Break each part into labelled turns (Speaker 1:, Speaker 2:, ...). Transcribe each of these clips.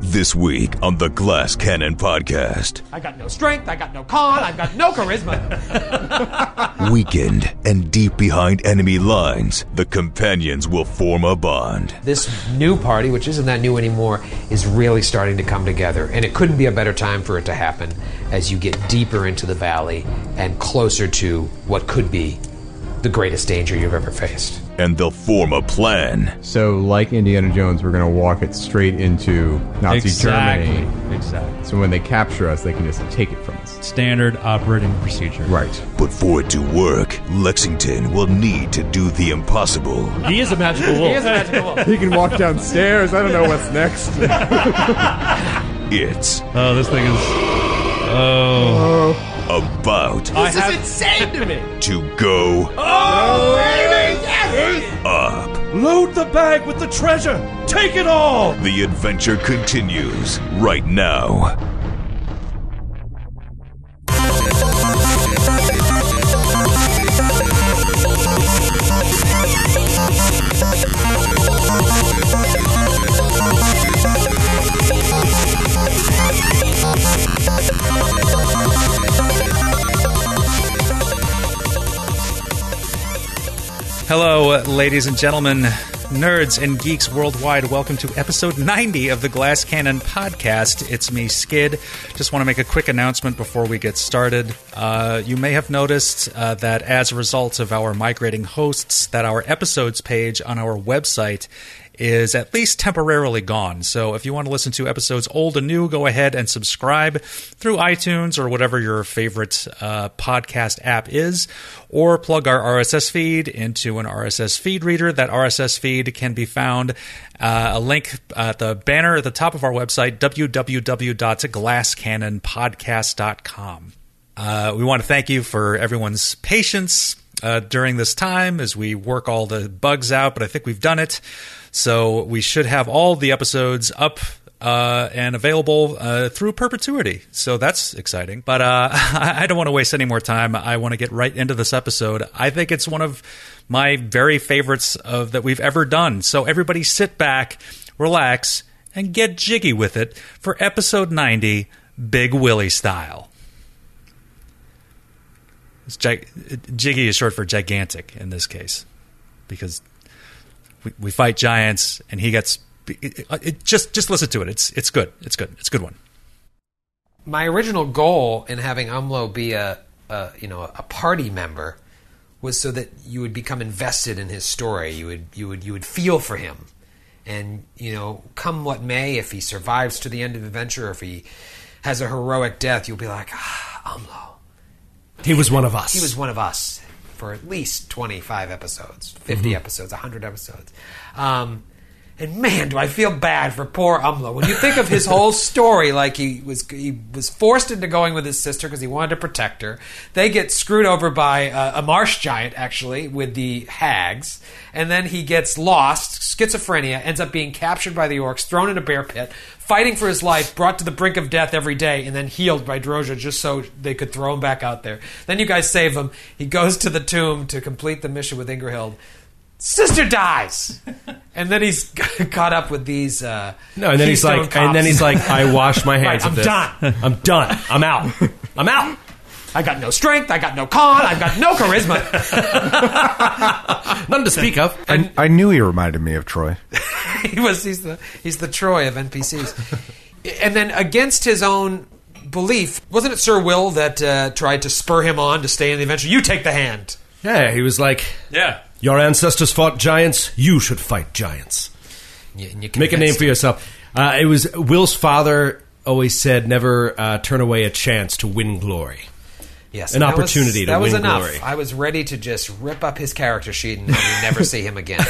Speaker 1: This week on the Glass Cannon Podcast,
Speaker 2: I got no strength, I got no con, I've got no charisma.
Speaker 1: weakened and deep behind enemy lines, the companions will form a bond.
Speaker 3: this new party, which isn't that new anymore, is really starting to come together. And it couldn't be a better time for it to happen as you get deeper into the valley and closer to what could be the greatest danger you've ever faced.
Speaker 1: And they'll form a plan
Speaker 4: So, like Indiana Jones, we're going to walk it straight into Nazi
Speaker 5: exactly.
Speaker 4: Germany.
Speaker 5: Exactly.
Speaker 4: So when they capture us, they can just take it from us.
Speaker 5: Standard operating procedure.
Speaker 4: Right.
Speaker 1: But for it to work, Lexington will need to do the impossible.
Speaker 5: He is a magical wolf.
Speaker 2: Here's a magical wolf.
Speaker 4: He can walk downstairs. I don't know what's next.
Speaker 1: It's
Speaker 5: oh, this thing is.
Speaker 1: about
Speaker 5: I have.
Speaker 2: insane to me.
Speaker 1: to go up.
Speaker 5: Load the bag with the treasure. Take it all.
Speaker 1: The adventure continues right now.
Speaker 6: Hello, ladies and gentlemen, nerds and geeks worldwide. Welcome to episode 90 of the Glass Cannon podcast. It's me, Skid. Just want to make a quick announcement before we get started. Uh, you may have noticed uh, that as a result of our migrating hosts, that our episodes page on our website is at least temporarily gone. So if you want to listen to episodes old and new, go ahead and subscribe through iTunes or whatever your favorite uh, podcast app is, or plug our RSS feed into an RSS feed reader. That RSS feed can be found uh, a link at the banner at the top of our website, www.glasscannonpodcast.com. Uh, we want to thank you for everyone's patience uh, during this time as we work all the bugs out, but I think we've done it. So we should have all the episodes up uh, and available uh, through perpetuity. So that's exciting. But uh, I don't want to waste any more time. I want to get right into this episode. I think it's one of my very favorites of that we've ever done. So everybody sit back, relax, and get jiggy with it for episode 90, Big Willie style. It's gi- Jiggy is short for gigantic in this case, because we, we fight giants, and he gets. It, it- it- just just listen to it. It's it's good. It's good. It's a good one.
Speaker 3: My original goal in having Umlo be a, a you know a party member was so that you would become invested in his story. You would you would you would feel for him, and you know come what may, if he survives to the end of the adventure, if he has a heroic death, you'll be like, ah, Umlo,
Speaker 2: He was one of us.
Speaker 3: he was one of us for at least 25 episodes 50 episodes 100 episodes um, and man do i feel bad for poor umlo when you think of his whole story like he was he was forced into going with his sister because he wanted to protect her they get screwed over by uh, a marsh giant actually with the hags and then he gets lost schizophrenia ends up being captured by the orcs thrown in a bear pit fighting for his life, brought to the brink of death every day, and then healed by Droja just so they could throw him back out there. Then you guys save him. He goes to the tomb to complete the mission with Ingerhild. Sister dies, and then he's caught up with these. Uh,
Speaker 7: No, and then he's
Speaker 3: Keystone
Speaker 7: like, and then
Speaker 3: cops.
Speaker 7: he's like, I wash my hands.
Speaker 3: Right, I'm
Speaker 7: of this.
Speaker 3: done.
Speaker 7: I'm done. I'm out. I'm out.
Speaker 2: I got no strength, I got no con, I've got no charisma.
Speaker 7: Nothing to speak of.
Speaker 4: I, I knew he reminded me of Troy.
Speaker 3: he was he's the he's the Troy of NPCs. and then against his own belief, wasn't it Sir Will that uh, tried to spur him on to stay in the adventure? You take the hand.
Speaker 7: yeah, he was like,
Speaker 5: Yeah.
Speaker 7: your ancestors fought giants. You should fight giants.
Speaker 3: And you- and you
Speaker 7: Make a name
Speaker 3: convinced
Speaker 7: for yourself. Uh, it was Will's father always said, never uh, turn away a chance to win glory.
Speaker 3: Yes,
Speaker 7: an
Speaker 3: and that was-
Speaker 7: opportunity to
Speaker 3: that was
Speaker 7: win
Speaker 3: enough.
Speaker 7: glory.
Speaker 3: I was ready to just rip up his character sheet and we never see him again.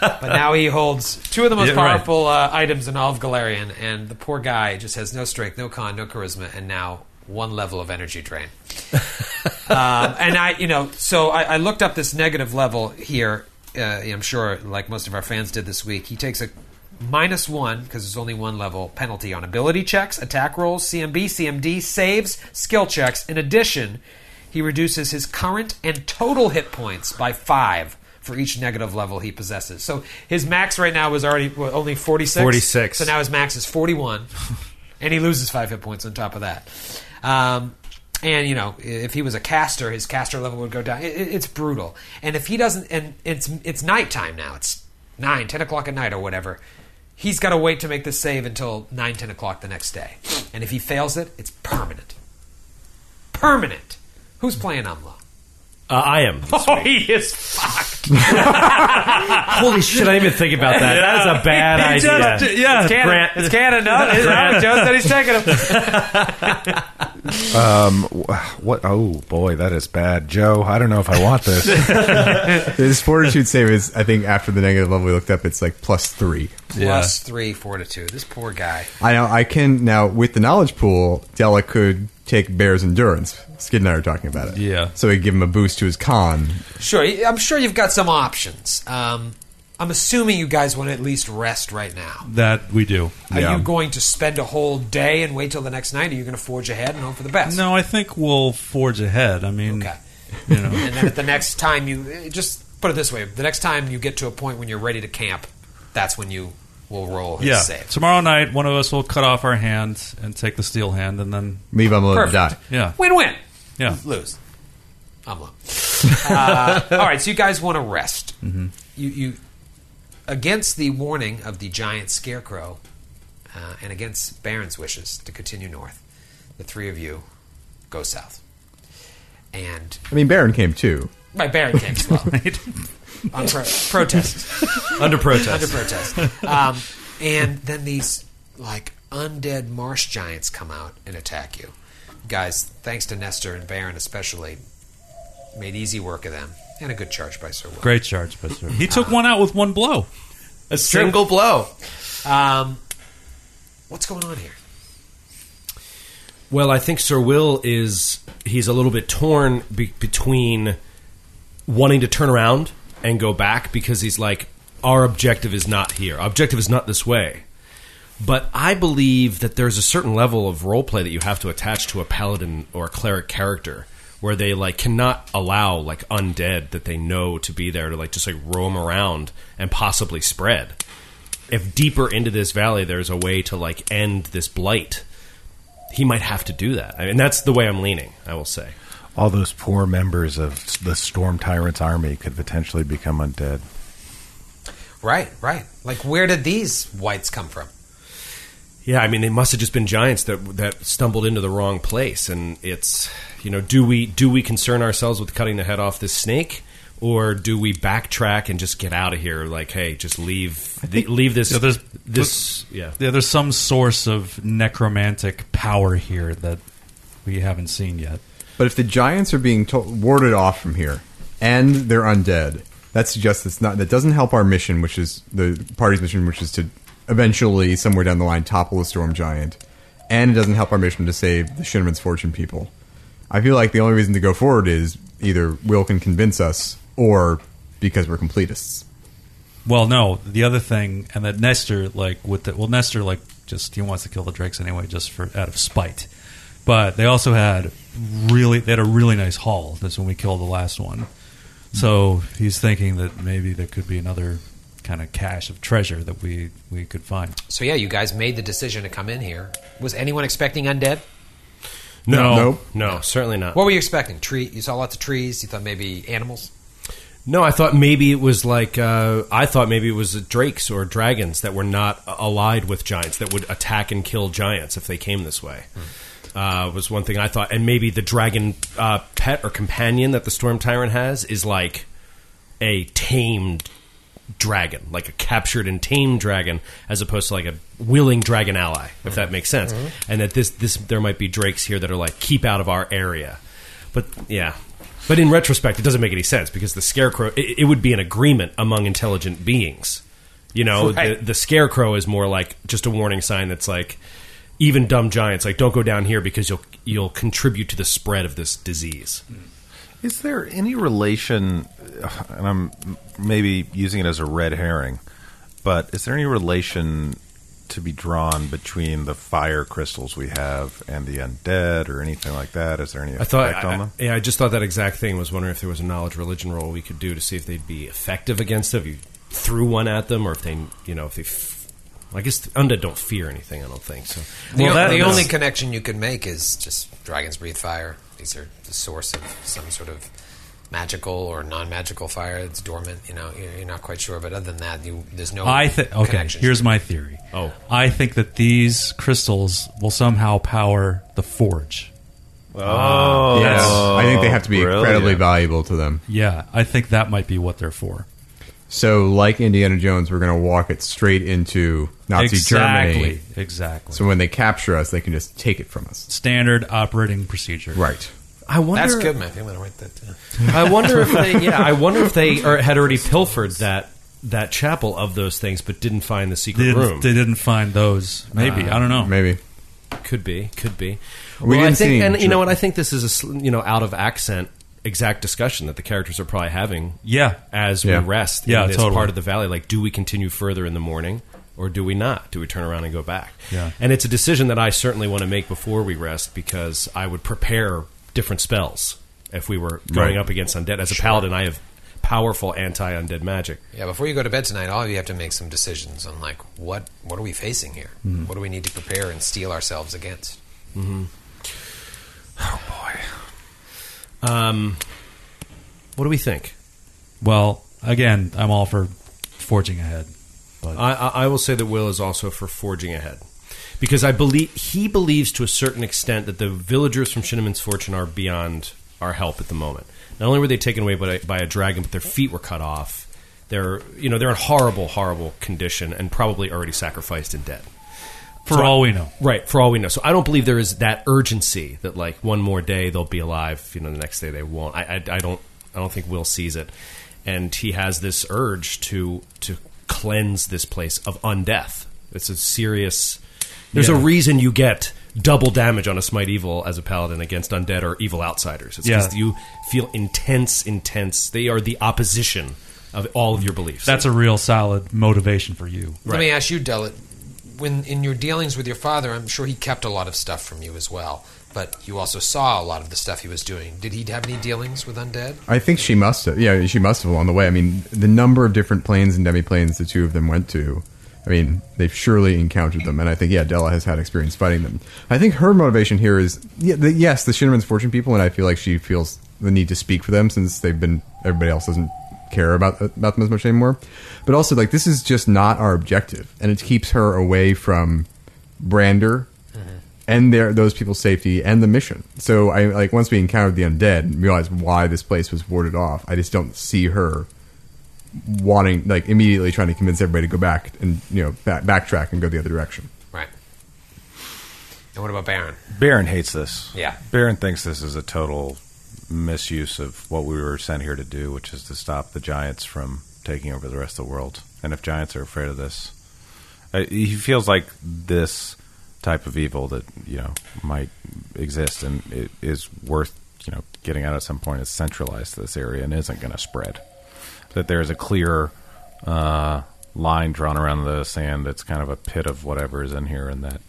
Speaker 3: but now he holds two of the most
Speaker 7: Yeah, right.
Speaker 3: powerful uh, items in all of Galarian, and the poor guy just has no strength, no con, no charisma, and now one level of energy drain. um, and I, you know, so I, I looked up this negative level here. Uh, I'm sure, like most of our fans did this week, he takes a minus one because there's only one level penalty on ability checks, attack rolls, CMB, CMD, saves, skill checks. In addition, he reduces his current and total hit points by five for each negative level he possesses. So his max right now was already what, only 46.
Speaker 7: 46.
Speaker 3: So now his max is 41, and he loses five hit points on top of that. Um, and you know, if he was a caster, his caster level would go down. It, it- it's brutal. And if he doesn't, and it's it's nighttime now. It's nine, ten o'clock at night or whatever. He's got to wait to make this save until nine, ten o'clock the next day. And if he fails it, it's permanent. Permanent. Who's playing Umla?
Speaker 7: Uh, I am.
Speaker 3: Oh, he is fucked.
Speaker 7: Holy shit! I didn't even think about that. That is a bad idea.
Speaker 6: yeah.
Speaker 3: It's canon.
Speaker 7: Grant-
Speaker 3: It's canon. No, it's not. Joe said he's taking him.
Speaker 8: What? Oh boy, that is bad, Joe. I don't know if I want this.
Speaker 4: This fortitude save is, I think, after the negative level we looked up, it's like plus three.
Speaker 3: Plus three fortitude. This poor guy.
Speaker 4: I know I can now with the knowledge pool. Della could take Bear's endurance. Skid and I were talking about it.
Speaker 5: Yeah.
Speaker 4: so we give him a boost to his con.
Speaker 3: Sure, y- I'm sure you've got some options. Um, I'm assuming you guys want to at least rest right now.
Speaker 5: That we do.
Speaker 3: Are you going to spend a whole day and wait till the next night? Or are you going to forge ahead and hope for the best?
Speaker 5: No, I think we'll forge ahead. I mean,
Speaker 3: Okay.
Speaker 5: you know,
Speaker 3: And then at the next time you eh, just put it this way: the next time you get to a point when you're ready to camp, that's when you will roll his
Speaker 5: yeah.
Speaker 3: save.
Speaker 5: Tomorrow night, one of us will cut off our hand and take the steel hand, and then
Speaker 4: Leave him alone to
Speaker 3: Perfect.
Speaker 4: die.
Speaker 5: yeah,
Speaker 3: Win-win.
Speaker 5: yeah.
Speaker 3: Lose. I'm low. uh, all right, so you guys want to rest. You, you, against the warning of the giant scarecrow, uh, and against Baron's wishes to continue north, the three of you go south. And
Speaker 4: I mean, Baron came too.
Speaker 3: my Baron came as well. On pro- protest.
Speaker 7: Under protest.
Speaker 3: Under protest. Um, and then these like undead marsh giants come out and attack you. Guys, thanks to Nestor and Baron especially, made easy work of them. And a good charge by Sir Will.
Speaker 5: Great charge, but sir. He took one out with one blow.
Speaker 7: A single blow.
Speaker 3: Um, what's going on here?
Speaker 7: Well, I think Sir Will is he's a little bit torn be- between wanting to turn around and go back because he's like our objective is not here. Our objective is not this way. But I believe that there's a certain level of role play that you have to attach to a paladin or a cleric character where they like cannot allow like undead that they know to be there to like just like roam around and possibly spread. If deeper into this valley there's a way to like end this blight, he might have to do that. I mean, that's the way I'm leaning. I will say.
Speaker 8: All those poor members of the Storm Tyrant's army could potentially become undead.
Speaker 3: Right, right. Like, where did these whites come from?
Speaker 7: Yeah, I mean, they must have just been giants that that stumbled into the wrong place, and it's you know, do we do we concern ourselves with cutting the head off this snake, or do we backtrack and just get out of here? Like, hey, just leave the, leave this
Speaker 5: Yeah, there's-
Speaker 7: this yeah.
Speaker 5: Yeah, there's some source of necromantic power here that we haven't seen yet.
Speaker 4: But if the giants are being to- warded off from here and they're undead, that suggests it's not. That doesn't help our mission, which is the party's mission, which is to eventually somewhere down the line topple the storm giant, and it doesn't help our mission to save the Shinman's fortune people. I feel like the only reason to go forward is either Will can convince us or because we're completists.
Speaker 5: Well, no, the other thing, and that Nestor like with the well, Nestor like just he wants to kill the Drakes anyway, just for out of spite. But they also had really they had a really nice haul. That's when we killed the last one. So he's thinking that maybe there could be another kind of cache of treasure that we we could find.
Speaker 3: So, yeah, you guys made the decision to come in here. Was anyone expecting undead?
Speaker 7: No,
Speaker 4: Nope.
Speaker 7: no, certainly not.
Speaker 3: What were you expecting? Tree? You saw lots of trees. You thought maybe animals.
Speaker 7: No, I thought maybe it was like uh, I thought maybe it was drakes or dragons that were not a- allied with giants that would attack and kill giants if they came this way. Uh, was one thing I thought, and maybe the dragon uh, pet or companion that the storm tyrant has is like a tamed dragon, like a captured and tamed dragon, as opposed to like a willing dragon ally, if that makes sense. And that this this there might be drakes here that are like keep out of our area, but yeah. But in retrospect, it doesn't make any sense because the scarecrow it, it would be an agreement among intelligent beings. You know,
Speaker 3: Right.
Speaker 7: the, the scarecrow is more like just a warning sign that's like even dumb giants like don't go down here because you'll you'll contribute to the spread of this disease.
Speaker 8: Is there any relation? And I'm maybe using it as a red herring, but is there any relation to be drawn between the fire crystals we have and the undead or anything like that? Is there any
Speaker 7: I thought,
Speaker 8: effect on
Speaker 7: I-
Speaker 8: them?
Speaker 7: yeah, I just thought that exact thing. Was wondering if there was a knowledge religion roll we could do to see if they'd be effective against it. If you threw one at them, or if they, you know, if they, f- I guess the undead don't fear anything. I don't think so.
Speaker 3: The,
Speaker 6: Well,
Speaker 3: o-
Speaker 6: that-
Speaker 3: the
Speaker 6: that's-
Speaker 3: only connection you can make is just dragons breathe fire. These are the source of some sort of magical or non-magical fire that's dormant. You know, you're, you're not quite sure, but other than that, you, there's no.
Speaker 5: I think okay.
Speaker 3: connections.
Speaker 5: Here's my theory.
Speaker 7: Oh.
Speaker 5: I think that these crystals will somehow power the forge.
Speaker 8: Oh,
Speaker 4: Yes. I think they have to be
Speaker 8: brilliant.
Speaker 4: incredibly valuable to them.
Speaker 5: Yeah, I think that might be what they're for.
Speaker 4: So, like Indiana Jones, we're going to walk it straight into Nazi
Speaker 5: exactly,
Speaker 4: Germany.
Speaker 5: exactly.
Speaker 4: So when they capture us, they can just take it from us.
Speaker 5: Standard operating procedure.
Speaker 4: Right.
Speaker 7: I wonder.
Speaker 3: That's good, Matthew. I'm gonna write that down.
Speaker 7: I wonder if they, yeah, I wonder if they are, had already pilfered that that chapel of those things, but didn't find the
Speaker 5: They
Speaker 7: secret room.
Speaker 5: didn't, they didn't find those. Maybe
Speaker 4: Uh,
Speaker 5: I don't know.
Speaker 4: Maybe.
Speaker 7: Could be, could be.
Speaker 4: We
Speaker 7: well, I
Speaker 4: didn't
Speaker 7: think,
Speaker 4: see
Speaker 7: and you
Speaker 4: Ju-
Speaker 7: know what? I think this is a sl- you know out of accent exact discussion that the characters are probably having
Speaker 5: Yeah,
Speaker 7: as
Speaker 4: Yeah.
Speaker 7: we rest
Speaker 5: Yeah,
Speaker 7: in this
Speaker 5: totally.
Speaker 7: part of the valley. Like, do we continue further in the morning or do we not? Do we turn around and go back?
Speaker 5: Yeah.
Speaker 7: And it's a decision that I certainly want to make before we rest because I would prepare different spells if we were going
Speaker 4: Right.
Speaker 7: up against undead. As a paladin, I have powerful anti undead magic.
Speaker 3: Yeah, before you go to bed tonight, all of you have to make some decisions on like what what are we facing here? What do we need to prepare and steel ourselves against?
Speaker 7: Um, what do we think?
Speaker 5: Well, again, I'm all for forging ahead.
Speaker 7: I, I I will say that Will is also for forging ahead. Because I believe he believes to a certain extent that the villagers from Shinneman's Fortune are beyond our help at the moment. Not only were they taken away by, by a dragon, but their feet were cut off. They're you know they're in horrible, horrible condition and probably already sacrificed and dead.
Speaker 5: For
Speaker 7: So I-
Speaker 5: all we know,
Speaker 7: Right, for all we know. So I don't believe there is that urgency that like one more day they'll be alive. You know, the next day they won't. I, I, I don't I don't think Will sees it, and he has this urge to to cleanse this place of undeath. It's a serious. There's a
Speaker 5: Yeah.
Speaker 7: reason you get double damage on a smite evil as a paladin against undead or evil outsiders. It's because
Speaker 5: Yeah.
Speaker 7: you feel intense, intense. They are the opposition of all of your beliefs.
Speaker 5: that's a real solid motivation for you.
Speaker 7: Right.
Speaker 3: Let me ask you, Dellet. When in your dealings with your father, I'm sure he kept a lot of stuff from you as well. But you also saw a lot of the stuff he was doing. Did he have any dealings with undead?
Speaker 4: I think she must have. Yeah, she must have along the way. I mean, the number of different planes and demiplanes the two of them went to. I mean, they've surely encountered them, and I think yeah, Della has had experience fighting them. I think her motivation here is yeah, the, yes, the Shinraman's fortune people, and I feel like she feels the need to speak for them since they've been everybody else doesn't care about about them as much anymore. But also, like this is just not our objective, and it keeps her away from Brander and their those people's safety and the mission. So I like once we encountered the undead and realized why this place was warded off, I just don't see her wanting like immediately trying to convince everybody to go back and you know back, backtrack and go the other direction.
Speaker 3: Right. And what about Baron?
Speaker 8: Baron hates this.
Speaker 3: Yeah.
Speaker 8: Baron thinks this is a total misuse of what we were sent here to do, which is to stop the giants from taking over the rest of the world. And if giants are afraid of this, uh, he feels like this type of evil that you know might exist and it is worth you know getting out at some point is centralized to this area and isn't going to spread. That there is a clear uh, line drawn around the sand that's kind of a pit of whatever is in here, and that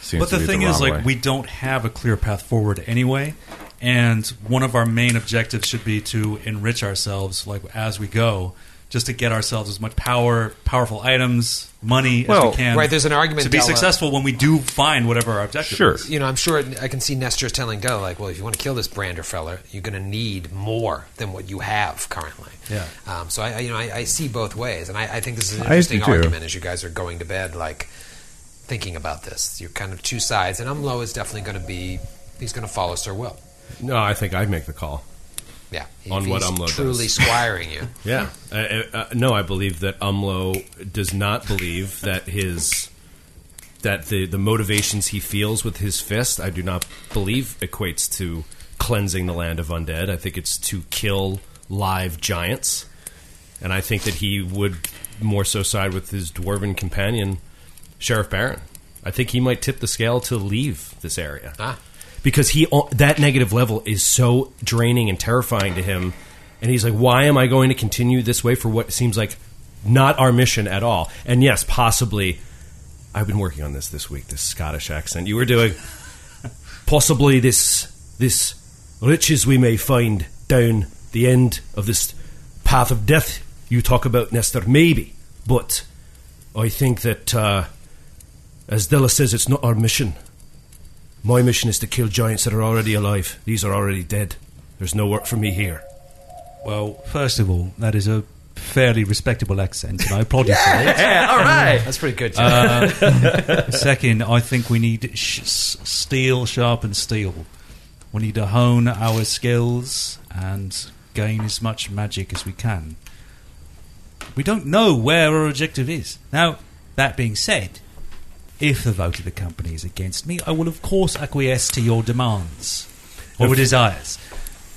Speaker 8: seems.
Speaker 5: But
Speaker 8: to
Speaker 5: the
Speaker 8: be
Speaker 5: thing
Speaker 8: the
Speaker 5: is,
Speaker 8: wrong
Speaker 5: like,
Speaker 8: way.
Speaker 5: we don't have a clear path forward anyway. And one of our main objectives should be to enrich ourselves, like as we go, just to get ourselves as much power, powerful items, money as
Speaker 8: Well,
Speaker 5: we can.
Speaker 3: right, there's an argument,
Speaker 5: to be
Speaker 3: Della.
Speaker 5: successful when we do find whatever our objective.
Speaker 8: uh, Sure.
Speaker 5: is.
Speaker 3: You know, I'm sure I can see Nestor telling Della, like, well, if you want to kill this Brander feller, you're going to need more than what you have currently.
Speaker 5: Yeah.
Speaker 3: Um, so I, I- you know, I, I see both ways, and I, I think this is an
Speaker 4: I
Speaker 3: interesting
Speaker 4: do too.
Speaker 3: argument as you guys are going to bed, like thinking about this. You're kind of two sides, and Umlo is definitely going to be. He's going to follow Sir Will.
Speaker 7: no, I think I'd make the call.
Speaker 3: Yeah. He-
Speaker 7: On
Speaker 3: he's
Speaker 7: what Umlo does.
Speaker 3: truly squiring you.
Speaker 7: Yeah. Uh, uh, no, I believe that Umlo does not believe that his that the the motivations he feels with his fist, I do not believe equates to cleansing the land of undead. I think it's to kill live giants. And I think that he would more so side with his dwarven companion, Sheriff Baron. I think he might tip the scale to leave this area
Speaker 3: Ah.
Speaker 7: because he that negative level is so draining and terrifying to him and he's like why am i going to continue this way for what seems like not our mission at all and yes possibly I've been working on this this week. This Scottish accent you were doing. Possibly this this riches we may find down the end of this path of death you talk about, Nestor. Maybe, but I think that uh, as Della says, it's not our mission. My mission is to kill giants that are already alive. These are already dead. There's no work for me here.
Speaker 5: Well, first of all, that is a fairly respectable accent, and I applaud you for it.
Speaker 3: Yeah, all right. Hmm. That's pretty good. Too.
Speaker 5: Um, Second, I think we need sh- s- steel, sharpened steel. We need to hone our skills and gain as much magic as we can. We don't know where our objective is. Now, that being said, if the vote of the company is against me, I will of course acquiesce to your demands or desires.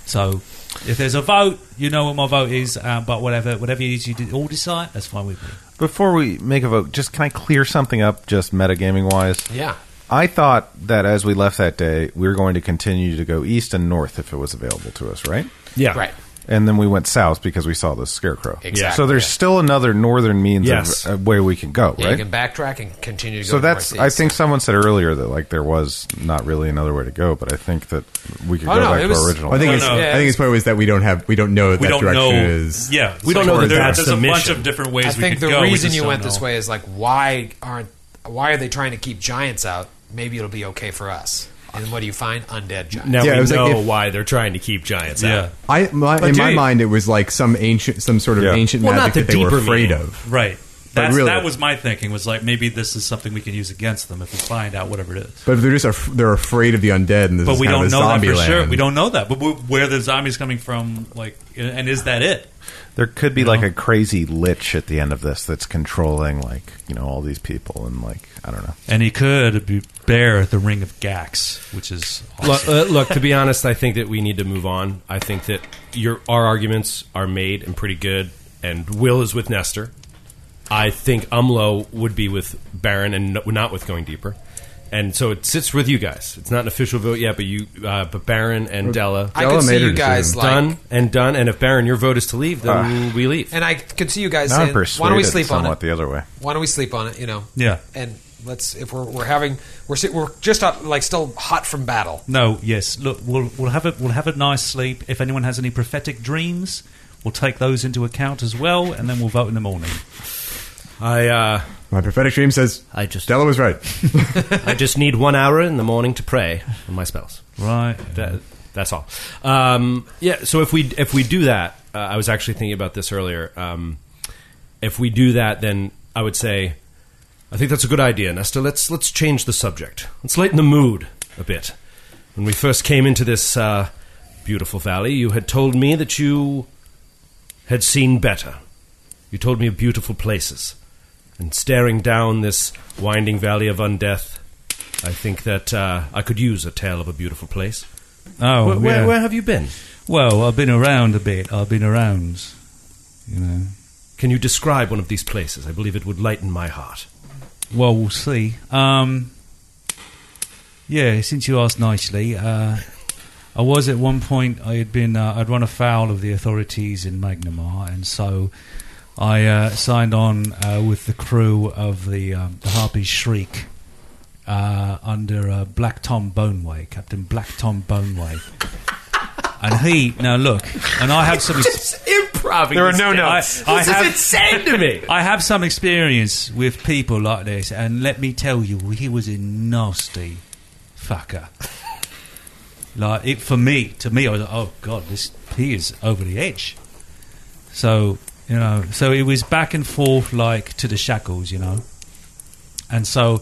Speaker 5: So, if there's a vote, you know what my vote is. Uh, but whatever, whatever it is you d- all decide, that's fine with me.
Speaker 8: Before we make a vote, just can I clear something up, just metagaming wise?
Speaker 3: yeah.
Speaker 8: I thought that as we left that day, we were going to continue to go east and north if it was available to us, right?
Speaker 7: Yeah,
Speaker 3: Right.
Speaker 8: And then we went south because we saw the scarecrow.
Speaker 3: Exactly,
Speaker 8: So there's
Speaker 3: yeah.
Speaker 8: still another northern means
Speaker 7: Yes.
Speaker 8: of uh, where we can go,
Speaker 3: Yeah,
Speaker 8: right?
Speaker 3: You can backtrack and continue to go.
Speaker 8: so that's. I
Speaker 3: northeast.
Speaker 8: think someone said earlier that like there was not really another way to go, but I think that we could
Speaker 3: Oh,
Speaker 8: go
Speaker 3: no,
Speaker 8: back
Speaker 3: it
Speaker 8: to
Speaker 3: was-
Speaker 8: our original.
Speaker 4: I think
Speaker 5: No,
Speaker 4: it's.
Speaker 5: no.
Speaker 4: I think his point was that we don't have. We don't know that,
Speaker 5: we
Speaker 4: that
Speaker 5: don't
Speaker 4: direction
Speaker 5: know.
Speaker 4: is.
Speaker 5: Yeah, we
Speaker 4: So
Speaker 5: don't know that
Speaker 4: towards
Speaker 5: there,
Speaker 4: us.
Speaker 5: there's a
Speaker 7: the
Speaker 5: bunch
Speaker 7: mission.
Speaker 5: of different ways.
Speaker 3: I
Speaker 5: we
Speaker 3: think the
Speaker 5: could go, we
Speaker 3: reason
Speaker 5: just
Speaker 3: you
Speaker 5: don't
Speaker 3: went
Speaker 5: know.
Speaker 3: this way is like why aren't why are they trying to keep giants out? Maybe it'll be okay for us. And what do you find? Undead giants.
Speaker 7: Now
Speaker 4: Yeah, it
Speaker 7: we
Speaker 4: was like
Speaker 7: know
Speaker 4: if-
Speaker 7: why they're trying to keep giants
Speaker 5: Yeah,
Speaker 7: out.
Speaker 4: I my, in
Speaker 5: do
Speaker 4: my
Speaker 5: you-
Speaker 4: mind it was like some ancient, some sort of
Speaker 8: Yeah.
Speaker 4: ancient
Speaker 7: Well,
Speaker 4: magic
Speaker 7: not the
Speaker 4: that they were
Speaker 7: deeper
Speaker 4: afraid
Speaker 7: meaning.
Speaker 4: of.
Speaker 5: right. That's,
Speaker 4: really-
Speaker 5: That was my thinking. Was like maybe this is something we can use against them if we find out whatever it is.
Speaker 4: But if they're just af- they're afraid of the undead, and this
Speaker 5: But
Speaker 4: is
Speaker 5: we
Speaker 4: kind
Speaker 5: don't
Speaker 4: of a
Speaker 5: know that
Speaker 4: zombie
Speaker 5: for sure.
Speaker 4: land.
Speaker 5: We don't know that. But we, where the zombies coming from? Like, and is that it?
Speaker 8: There could be
Speaker 5: You
Speaker 8: like
Speaker 3: Uh-huh.
Speaker 5: know?
Speaker 8: a crazy lich at the end of this that's controlling like you know all these people and like I don't know.
Speaker 5: And he could be bear the ring of Gax, which is
Speaker 7: Look, uh, look, to be honest, I think that we need to move on. I think that your our arguments are made and pretty good, and Will is with Nestor. I think Umlo would be with Baron and n- not with going deeper. And so it sits with you guys. It's not an official vote yet, but you, uh, but Baron and Della
Speaker 3: I
Speaker 4: Della
Speaker 3: could see
Speaker 4: made her
Speaker 3: you guys
Speaker 4: decision.
Speaker 3: like, Ah.
Speaker 7: done and done. And if Baron, your vote is to leave, then we leave.
Speaker 3: and I could see you guys
Speaker 8: Now I'm
Speaker 3: saying,
Speaker 8: persuaded
Speaker 3: "Why don't we sleep on it?
Speaker 8: somewhat the other way.
Speaker 3: Why don't we sleep on it? You know?
Speaker 5: Yeah.
Speaker 3: And let's if we're we're having we're si- we're just up, like still hot from battle.
Speaker 5: No, yes. Look, we'll we'll have a we'll have a nice sleep. If anyone has any prophetic dreams, we'll take those into account as well, and then we'll vote in the morning.
Speaker 7: I, uh,
Speaker 4: My prophetic dream says
Speaker 7: I just-
Speaker 4: Della was right.
Speaker 7: I just need one hour in the morning to pray on my spells.
Speaker 5: Right.
Speaker 7: that, that's all. Um, yeah. So if we if we do that, uh, I was actually thinking about this earlier. Um, if we do that, then I would say, I think that's a good idea, Nesta. Let's let's change the subject. Let's lighten the mood a bit. When we first came into this uh, beautiful valley, you had told me that you had seen better. You told me of beautiful places, and staring down this winding valley of undeath. I think that uh, I could use a tale of a beautiful place.
Speaker 5: Oh,
Speaker 7: Where, where,
Speaker 5: yeah.
Speaker 7: where have you been?
Speaker 5: well, I've been around a bit. I've been around. You know.
Speaker 7: Can you describe one of these places? I believe it would lighten my heart.
Speaker 5: Well, we'll see. Um, yeah, since you asked nicely, uh, I was at one point. I had been. Uh, I'd run afoul of the authorities in Magnamar, and so I uh, signed on uh, with the crew of the, um, the Harpy's Shriek uh, under uh, Black Tom Boneway, Captain Black Tom Boneway. And he now look, and I have some.
Speaker 7: Improv.
Speaker 3: There are no
Speaker 5: I,
Speaker 3: notes.
Speaker 5: I have
Speaker 7: insane to me.
Speaker 5: I have some experience with people like this, and let me tell you, he was a nasty fucker. Like it for me, to me, I was like, oh god, this he is over the edge. So you know, so it was back and forth like to the shackles, you know. And so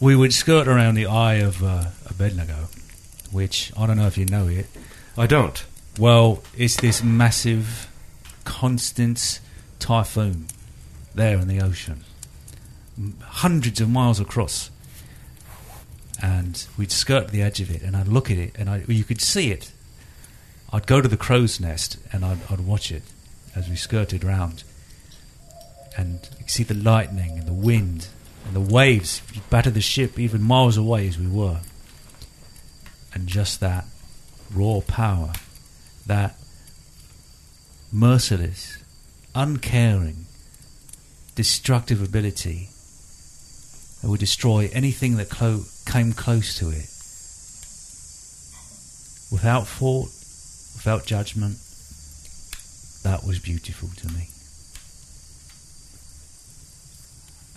Speaker 5: we would skirt around the eye of uh, Abednego, which I don't know if you know it.
Speaker 7: I don't.
Speaker 5: Well, it's this massive, constant typhoon there in the ocean, M- hundreds of miles across. And we'd skirt the edge of it, and I'd look at it, and I, you could see it. I'd go to the crow's nest, and I'd, I'd watch it as we skirted round. And you could see the lightning and the wind and the waves You'd batter the ship even miles away as we were. And just that raw power that merciless, uncaring, destructive ability It will destroy anything that clo- came close to it. Without thought, without judgment, that was beautiful to me.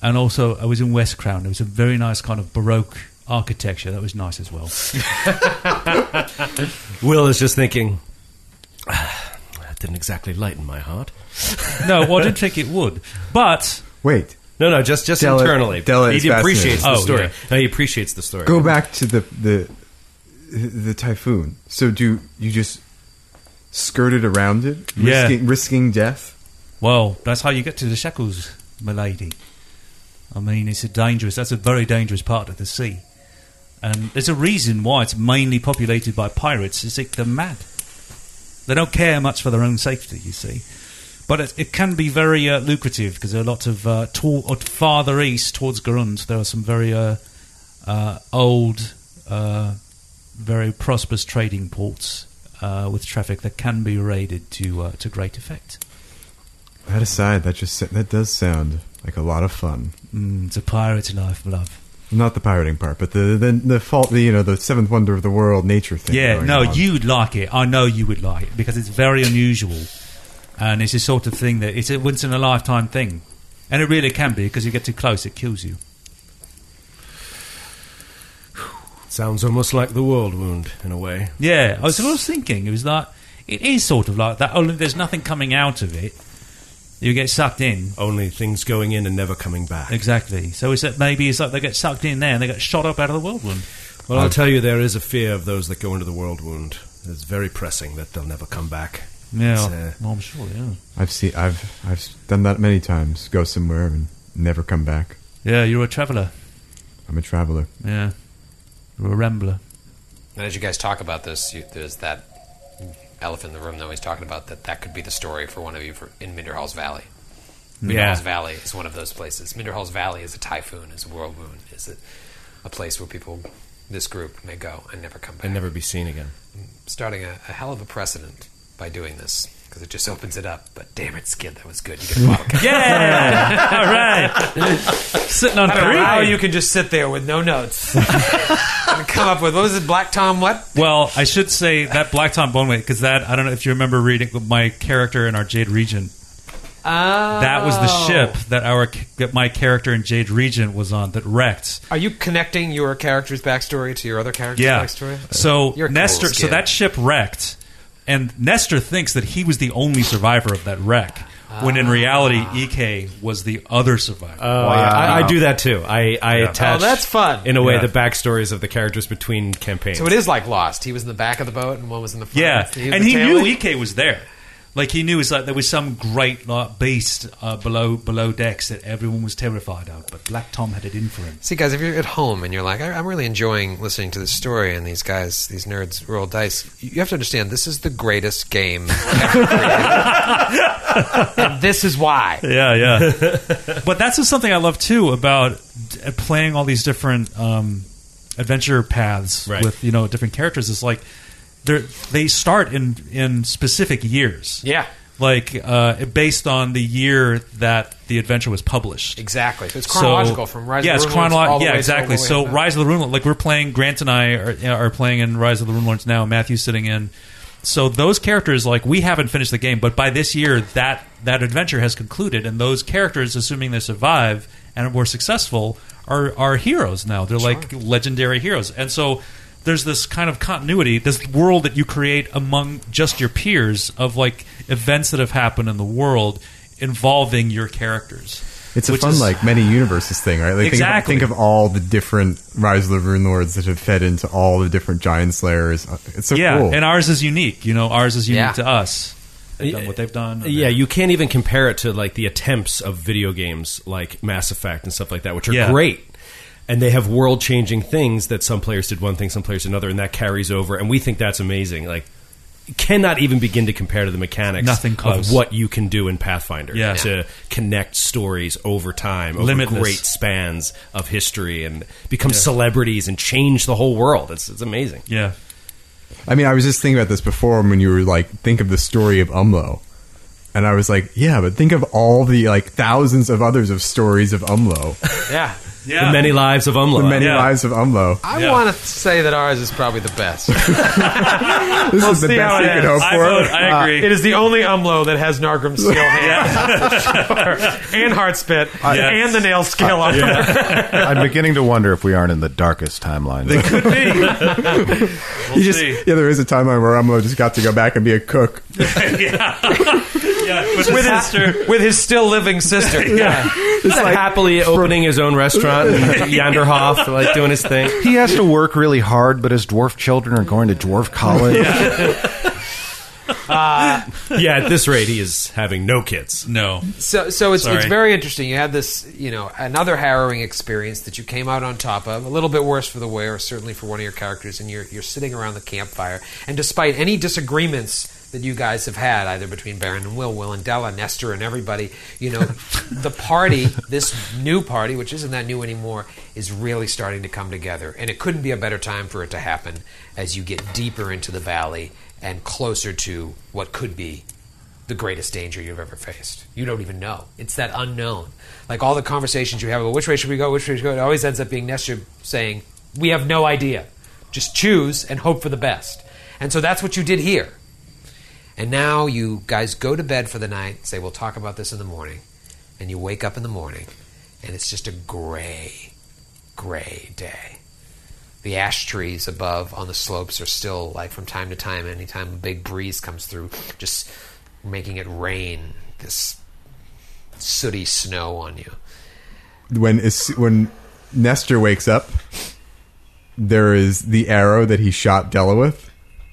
Speaker 5: And also, I was in West Crown. There was a very nice kind of Baroque architecture. That was nice as well.
Speaker 7: Will is just thinking, "Ah, that didn't exactly lighten my heart.
Speaker 5: No, well, I didn't think it would. But
Speaker 4: Wait,
Speaker 7: No, no, just just
Speaker 4: Della-
Speaker 7: internally.
Speaker 4: Della is
Speaker 7: he appreciates the
Speaker 5: fascinated. Oh,
Speaker 7: story.
Speaker 5: yeah.
Speaker 7: No, he appreciates the story.
Speaker 4: go back to the the the typhoon. So do you just skirted around it,
Speaker 5: Yeah.
Speaker 4: risking, risking death?
Speaker 5: Well, that's how you get to the shackles, my lady. I mean, it's a dangerous. That's a very dangerous part of the sea, and there's a reason why it's mainly populated by pirates. Is it they're mad? They don't care much for their own safety, you see. But it, it can be very uh, lucrative because there are lots of uh, tor- or farther east towards Garund. There are some very uh, uh, old, uh, very prosperous trading ports uh, with traffic that can be raided to uh, to great effect.
Speaker 4: That aside, that just sa- that does sound like a lot of fun.
Speaker 5: Mm, it's a pirate's life, love.
Speaker 4: Not the pirating part, but the the, the fault, the, you know, the seventh wonder of the world, nature thing.
Speaker 5: Yeah,
Speaker 4: going
Speaker 5: no,
Speaker 4: on.
Speaker 5: you'd like it. I know you would like it because it's very unusual, and it's the sort of thing that it's a once in a lifetime thing, and it really can be because you get too close, it kills you.
Speaker 7: Sounds almost like the world wound in a way.
Speaker 5: Yeah, I was, I was thinking it was like it is sort of like that. Only there's nothing coming out of it. You get sucked in.
Speaker 7: Only things going in and never coming back.
Speaker 5: Exactly. So it's that maybe it's like they get sucked in there and they get shot up out of the whirlwind.
Speaker 7: Well,
Speaker 5: uh,
Speaker 7: I'll tell you, there is a fear of those that go into the world wound. It's very pressing that they'll never come back.
Speaker 5: Yeah,
Speaker 7: It's, uh,
Speaker 5: well, I'm sure. Yeah,
Speaker 4: I've seen, I've, I've done that many times. Go somewhere and never come back.
Speaker 5: yeah. You're a traveller.
Speaker 4: I'm a traveler.
Speaker 5: Yeah, you're a rambler.
Speaker 3: And as you guys talk about this, you, there's that elephant in the room that he's talking about that that could be the story for one of you for, in Minderhall's Valley. Minderhall's Valley is one of those places. Minderhall's Valley is a typhoon, is a whirlwind, is a, a place where people, this group, may go and never come back.
Speaker 7: And never be seen again.
Speaker 3: Starting a, a hell of a precedent by doing this because it just opens it up. But damn it, Skid, that was good. You get a bottle cap.
Speaker 5: Yeah, all right. Sitting on
Speaker 3: I don't know how
Speaker 5: three.
Speaker 3: you can just sit there with no notes and come up with what was it, Black Tom? What?
Speaker 5: Well, I should say that Black Tom Boneway because that I don't know if you remember reading with my character in our Jade Regent. That was
Speaker 3: Oh.
Speaker 5: the ship that our that my character in Jade Regent was on that wrecked.
Speaker 3: Are you connecting your character's backstory to your other character's backstory?
Speaker 5: So
Speaker 3: You're a cool
Speaker 5: Nestor, so
Speaker 3: skid.
Speaker 5: that ship wrecked, and Nestor thinks that he was the only survivor of that wreck, when in reality
Speaker 3: Ah.
Speaker 5: Ek was the other survivor.
Speaker 7: Oh, yeah. I, I do that too. I, I attach.
Speaker 3: Oh, that's fun.
Speaker 7: In a way,
Speaker 5: Yeah.
Speaker 7: the backstories of the characters between campaigns.
Speaker 3: So it is like Lost. He was in the back of the boat and one was in the front.
Speaker 5: Yeah,
Speaker 3: was
Speaker 5: and
Speaker 3: the
Speaker 5: he
Speaker 3: tail
Speaker 5: knew
Speaker 3: end.
Speaker 5: Ek was there. Like he knew it's like there was some great like beast uh, below below decks that everyone was terrified of, but Black Tom had it in for him.
Speaker 3: See, guys, if you're at home and you're like, I- I'm really enjoying listening to this story and these guys, these nerds roll dice, you have to understand this is the greatest game ever created. and this is why.
Speaker 5: Yeah, yeah. but that's just something I love too about d- playing all these different um, adventure paths
Speaker 7: Right.
Speaker 5: with you know different characters. It's like they they start in in specific years.
Speaker 3: Yeah.
Speaker 5: Like uh, based on the year that the adventure was published.
Speaker 3: Exactly. So it's
Speaker 5: So-
Speaker 3: chronological from Rise
Speaker 5: yeah,
Speaker 3: of the Rune
Speaker 5: it's
Speaker 3: Lords all
Speaker 5: chronological.
Speaker 3: the
Speaker 5: Yeah,
Speaker 3: way to
Speaker 5: exactly.
Speaker 3: all the way
Speaker 5: So
Speaker 3: to-
Speaker 5: Rise of the Rune Lords, like we're playing Grant and I are, are playing in Rise of the Rune Lords now. Matthew's sitting in. So those characters, like we haven't finished the game, but by this year that that adventure has concluded, and those characters, assuming they survive and were successful, are are heroes now. They're like legendary heroes, and so. There's this kind of continuity, this world that you create among just your peers of like events that have happened in the world involving your characters.
Speaker 4: It's a
Speaker 5: which
Speaker 4: fun,
Speaker 5: is-
Speaker 4: like many universes thing, right? Like,
Speaker 5: Exactly.
Speaker 4: Think of, think of all the different Rise of the Rune Lords that have fed into all the different Giant Slayers. Uh, It's so
Speaker 5: yeah,
Speaker 4: cool.
Speaker 5: and ours is unique. You know, ours is unique
Speaker 3: Yeah.
Speaker 5: to us. They've
Speaker 7: Yeah.
Speaker 5: done what they've done. and
Speaker 7: Yeah,
Speaker 5: they're-
Speaker 7: you can't even compare it to like the attempts of video games like Mass Effect and stuff like that, which are
Speaker 5: Yeah.
Speaker 7: great. And they have world changing things that some players did one thing, some players did another, and that carries over. And we think that's amazing. Like, cannot even begin to compare to the mechanics
Speaker 5: Nothing close.
Speaker 7: of what you can do in Pathfinder
Speaker 5: Yeah.
Speaker 7: to connect stories over time, over
Speaker 5: Limitless.
Speaker 7: great spans of history, and become celebrities and change the whole world. It's, it's amazing.
Speaker 5: yeah,
Speaker 4: I mean, I was just thinking about this before when you were like, think of the story of Umlo. And I was like, yeah, but think of all the like thousands of others of stories of Umlo.
Speaker 3: Yeah.
Speaker 5: Yeah.
Speaker 7: The many lives of Umlo.
Speaker 4: The many
Speaker 5: Yeah.
Speaker 4: lives of Umlo.
Speaker 3: I
Speaker 5: Yeah.
Speaker 3: want to say that ours is probably the best.
Speaker 4: This is
Speaker 3: see
Speaker 4: the
Speaker 3: how
Speaker 4: best
Speaker 3: it
Speaker 4: you
Speaker 3: ends.
Speaker 4: could hope
Speaker 5: I,
Speaker 4: for.
Speaker 5: vote, I agree.
Speaker 3: Uh, It is the only Umlo that has Nargrim seal hands. Sure. And heart spit.
Speaker 5: Yes.
Speaker 3: And the nail scale on there.
Speaker 8: I'm beginning to wonder if we aren't in the darkest timeline.
Speaker 5: we'll
Speaker 4: You just-
Speaker 5: see.
Speaker 4: yeah, there is a timeline where Umlo just got to go back and be a cook.
Speaker 5: Yeah, with
Speaker 3: With
Speaker 5: his sister.
Speaker 3: his, with his still living sister. Yeah.
Speaker 7: He's happily opening his own restaurant, in Yanderhof, like doing his thing.
Speaker 8: he has to work really hard, but his dwarf children are going to dwarf college.
Speaker 7: Yeah, at this rate, he is having no kids.
Speaker 5: No.
Speaker 3: So, so it's, it's
Speaker 5: Sorry.
Speaker 3: very interesting. You had this, you know, another harrowing experience that you came out on top of. A little bit worse for the wearer, certainly for one of your characters. And you're you're sitting around the campfire, and despite any disagreements that you guys have had, either between Baron and Will, Will and Della, Nestor and everybody, you know, the party, this new party, which isn't that new anymore, is really starting to come together. And it couldn't be a better time for it to happen as you get deeper into the valley and closer to what could be the greatest danger you've ever faced. You don't even know. It's that unknown. Like all the conversations you have about which way should we go, which way should we go, it always ends up being Nestor saying, We have no idea. Just choose and hope for the best. And so that's what you did here. And now you guys go to bed for the night, say, We'll talk about this in the morning. And you wake up in the morning, and it's just a gray, gray day. The ash trees above on the slopes are still, like, from time to time, anytime a big breeze comes through, just making it rain this sooty snow on you.
Speaker 4: When is when Nestor wakes up, there is the arrow that he shot Della with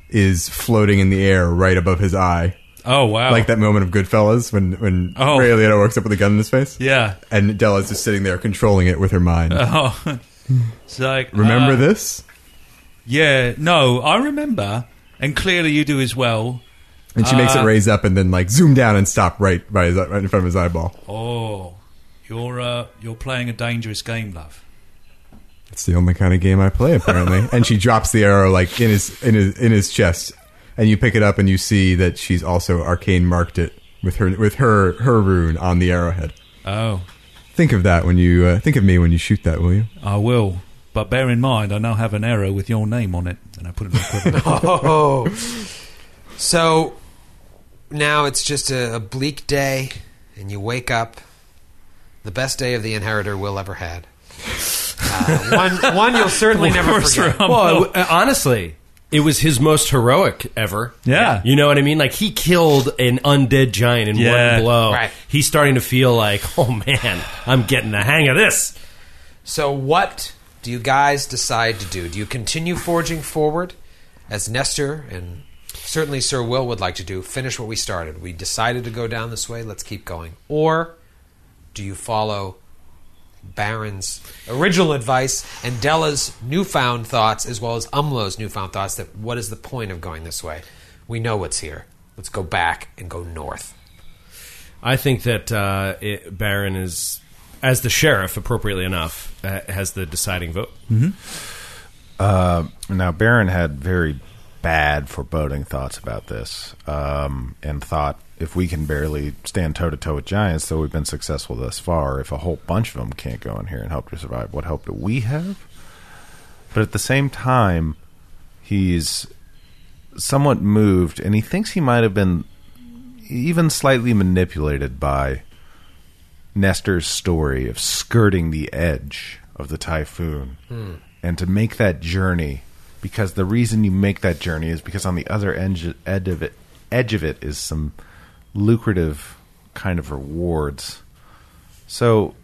Speaker 4: is floating in the air right above his eye,
Speaker 5: Oh wow.
Speaker 4: like that moment of Goodfellas when when
Speaker 5: Oh.
Speaker 4: Ray Liotta works up with a gun in his face.
Speaker 5: Yeah.
Speaker 4: and Della's just sitting there controlling it with her mind.
Speaker 7: Uh-huh.
Speaker 5: Oh. It's like
Speaker 4: Remember
Speaker 5: uh,
Speaker 4: this?
Speaker 5: Yeah. No, I remember, and clearly you do as well.
Speaker 4: And she makes it
Speaker 5: uh,
Speaker 4: raise up and then like zoom down and stop right by his, right in front of his eyeball.
Speaker 5: Oh, you're uh, you're playing a dangerous game, love.
Speaker 4: It's the only kind of game I play, apparently. and she drops the arrow like in his in his in his chest, and you pick it up and you see that she's also arcane marked it with her with her her rune on the arrowhead.
Speaker 5: Oh,
Speaker 4: Think of that when you uh, think of me when you shoot that, will you?
Speaker 5: I will. But bear in mind, I now have an arrow with your name on it, and I put it in the quiver.
Speaker 3: Oh. so now it's just a, a bleak day, and you wake up. The best day of the inheritor Will ever had. Uh, one, one you'll certainly never
Speaker 5: Worse for
Speaker 3: forget.
Speaker 5: him.
Speaker 7: Well, uh, honestly, it was his most heroic ever.
Speaker 5: Yeah.
Speaker 7: You know what I mean? Like, he killed an undead giant in
Speaker 5: Yeah.
Speaker 7: one blow.
Speaker 3: Right.
Speaker 7: He's starting to feel like, oh man, I'm getting the hang of this.
Speaker 3: So, what do you guys decide to do? Do you continue forging forward, as Nestor and certainly Sir Will would like to do? Finish what we started. We decided to go down this way. Let's keep going. Or do you follow Baron's original advice and Della's newfound thoughts, as well as Umlo's newfound thoughts? That what is the point of going this way? We know what's here. Let's go back and go north.
Speaker 7: I think that uh, it, Baron is, as the sheriff, appropriately enough, uh, has the deciding vote.
Speaker 8: Uh, now, Baron had very bad foreboding thoughts about this, um, and thought if we can barely stand toe to toe with giants, though we've been successful thus far, if a whole bunch of them can't go in here and help to survive, what hope do we have? But at the same time, he's somewhat moved, and he thinks he might have been even slightly manipulated by Nestor's story of skirting the edge of the typhoon
Speaker 3: Hmm.
Speaker 8: and to make that journey because the reason you make that journey is because on the other edge, edge of it edge of it is some lucrative kind of rewards. So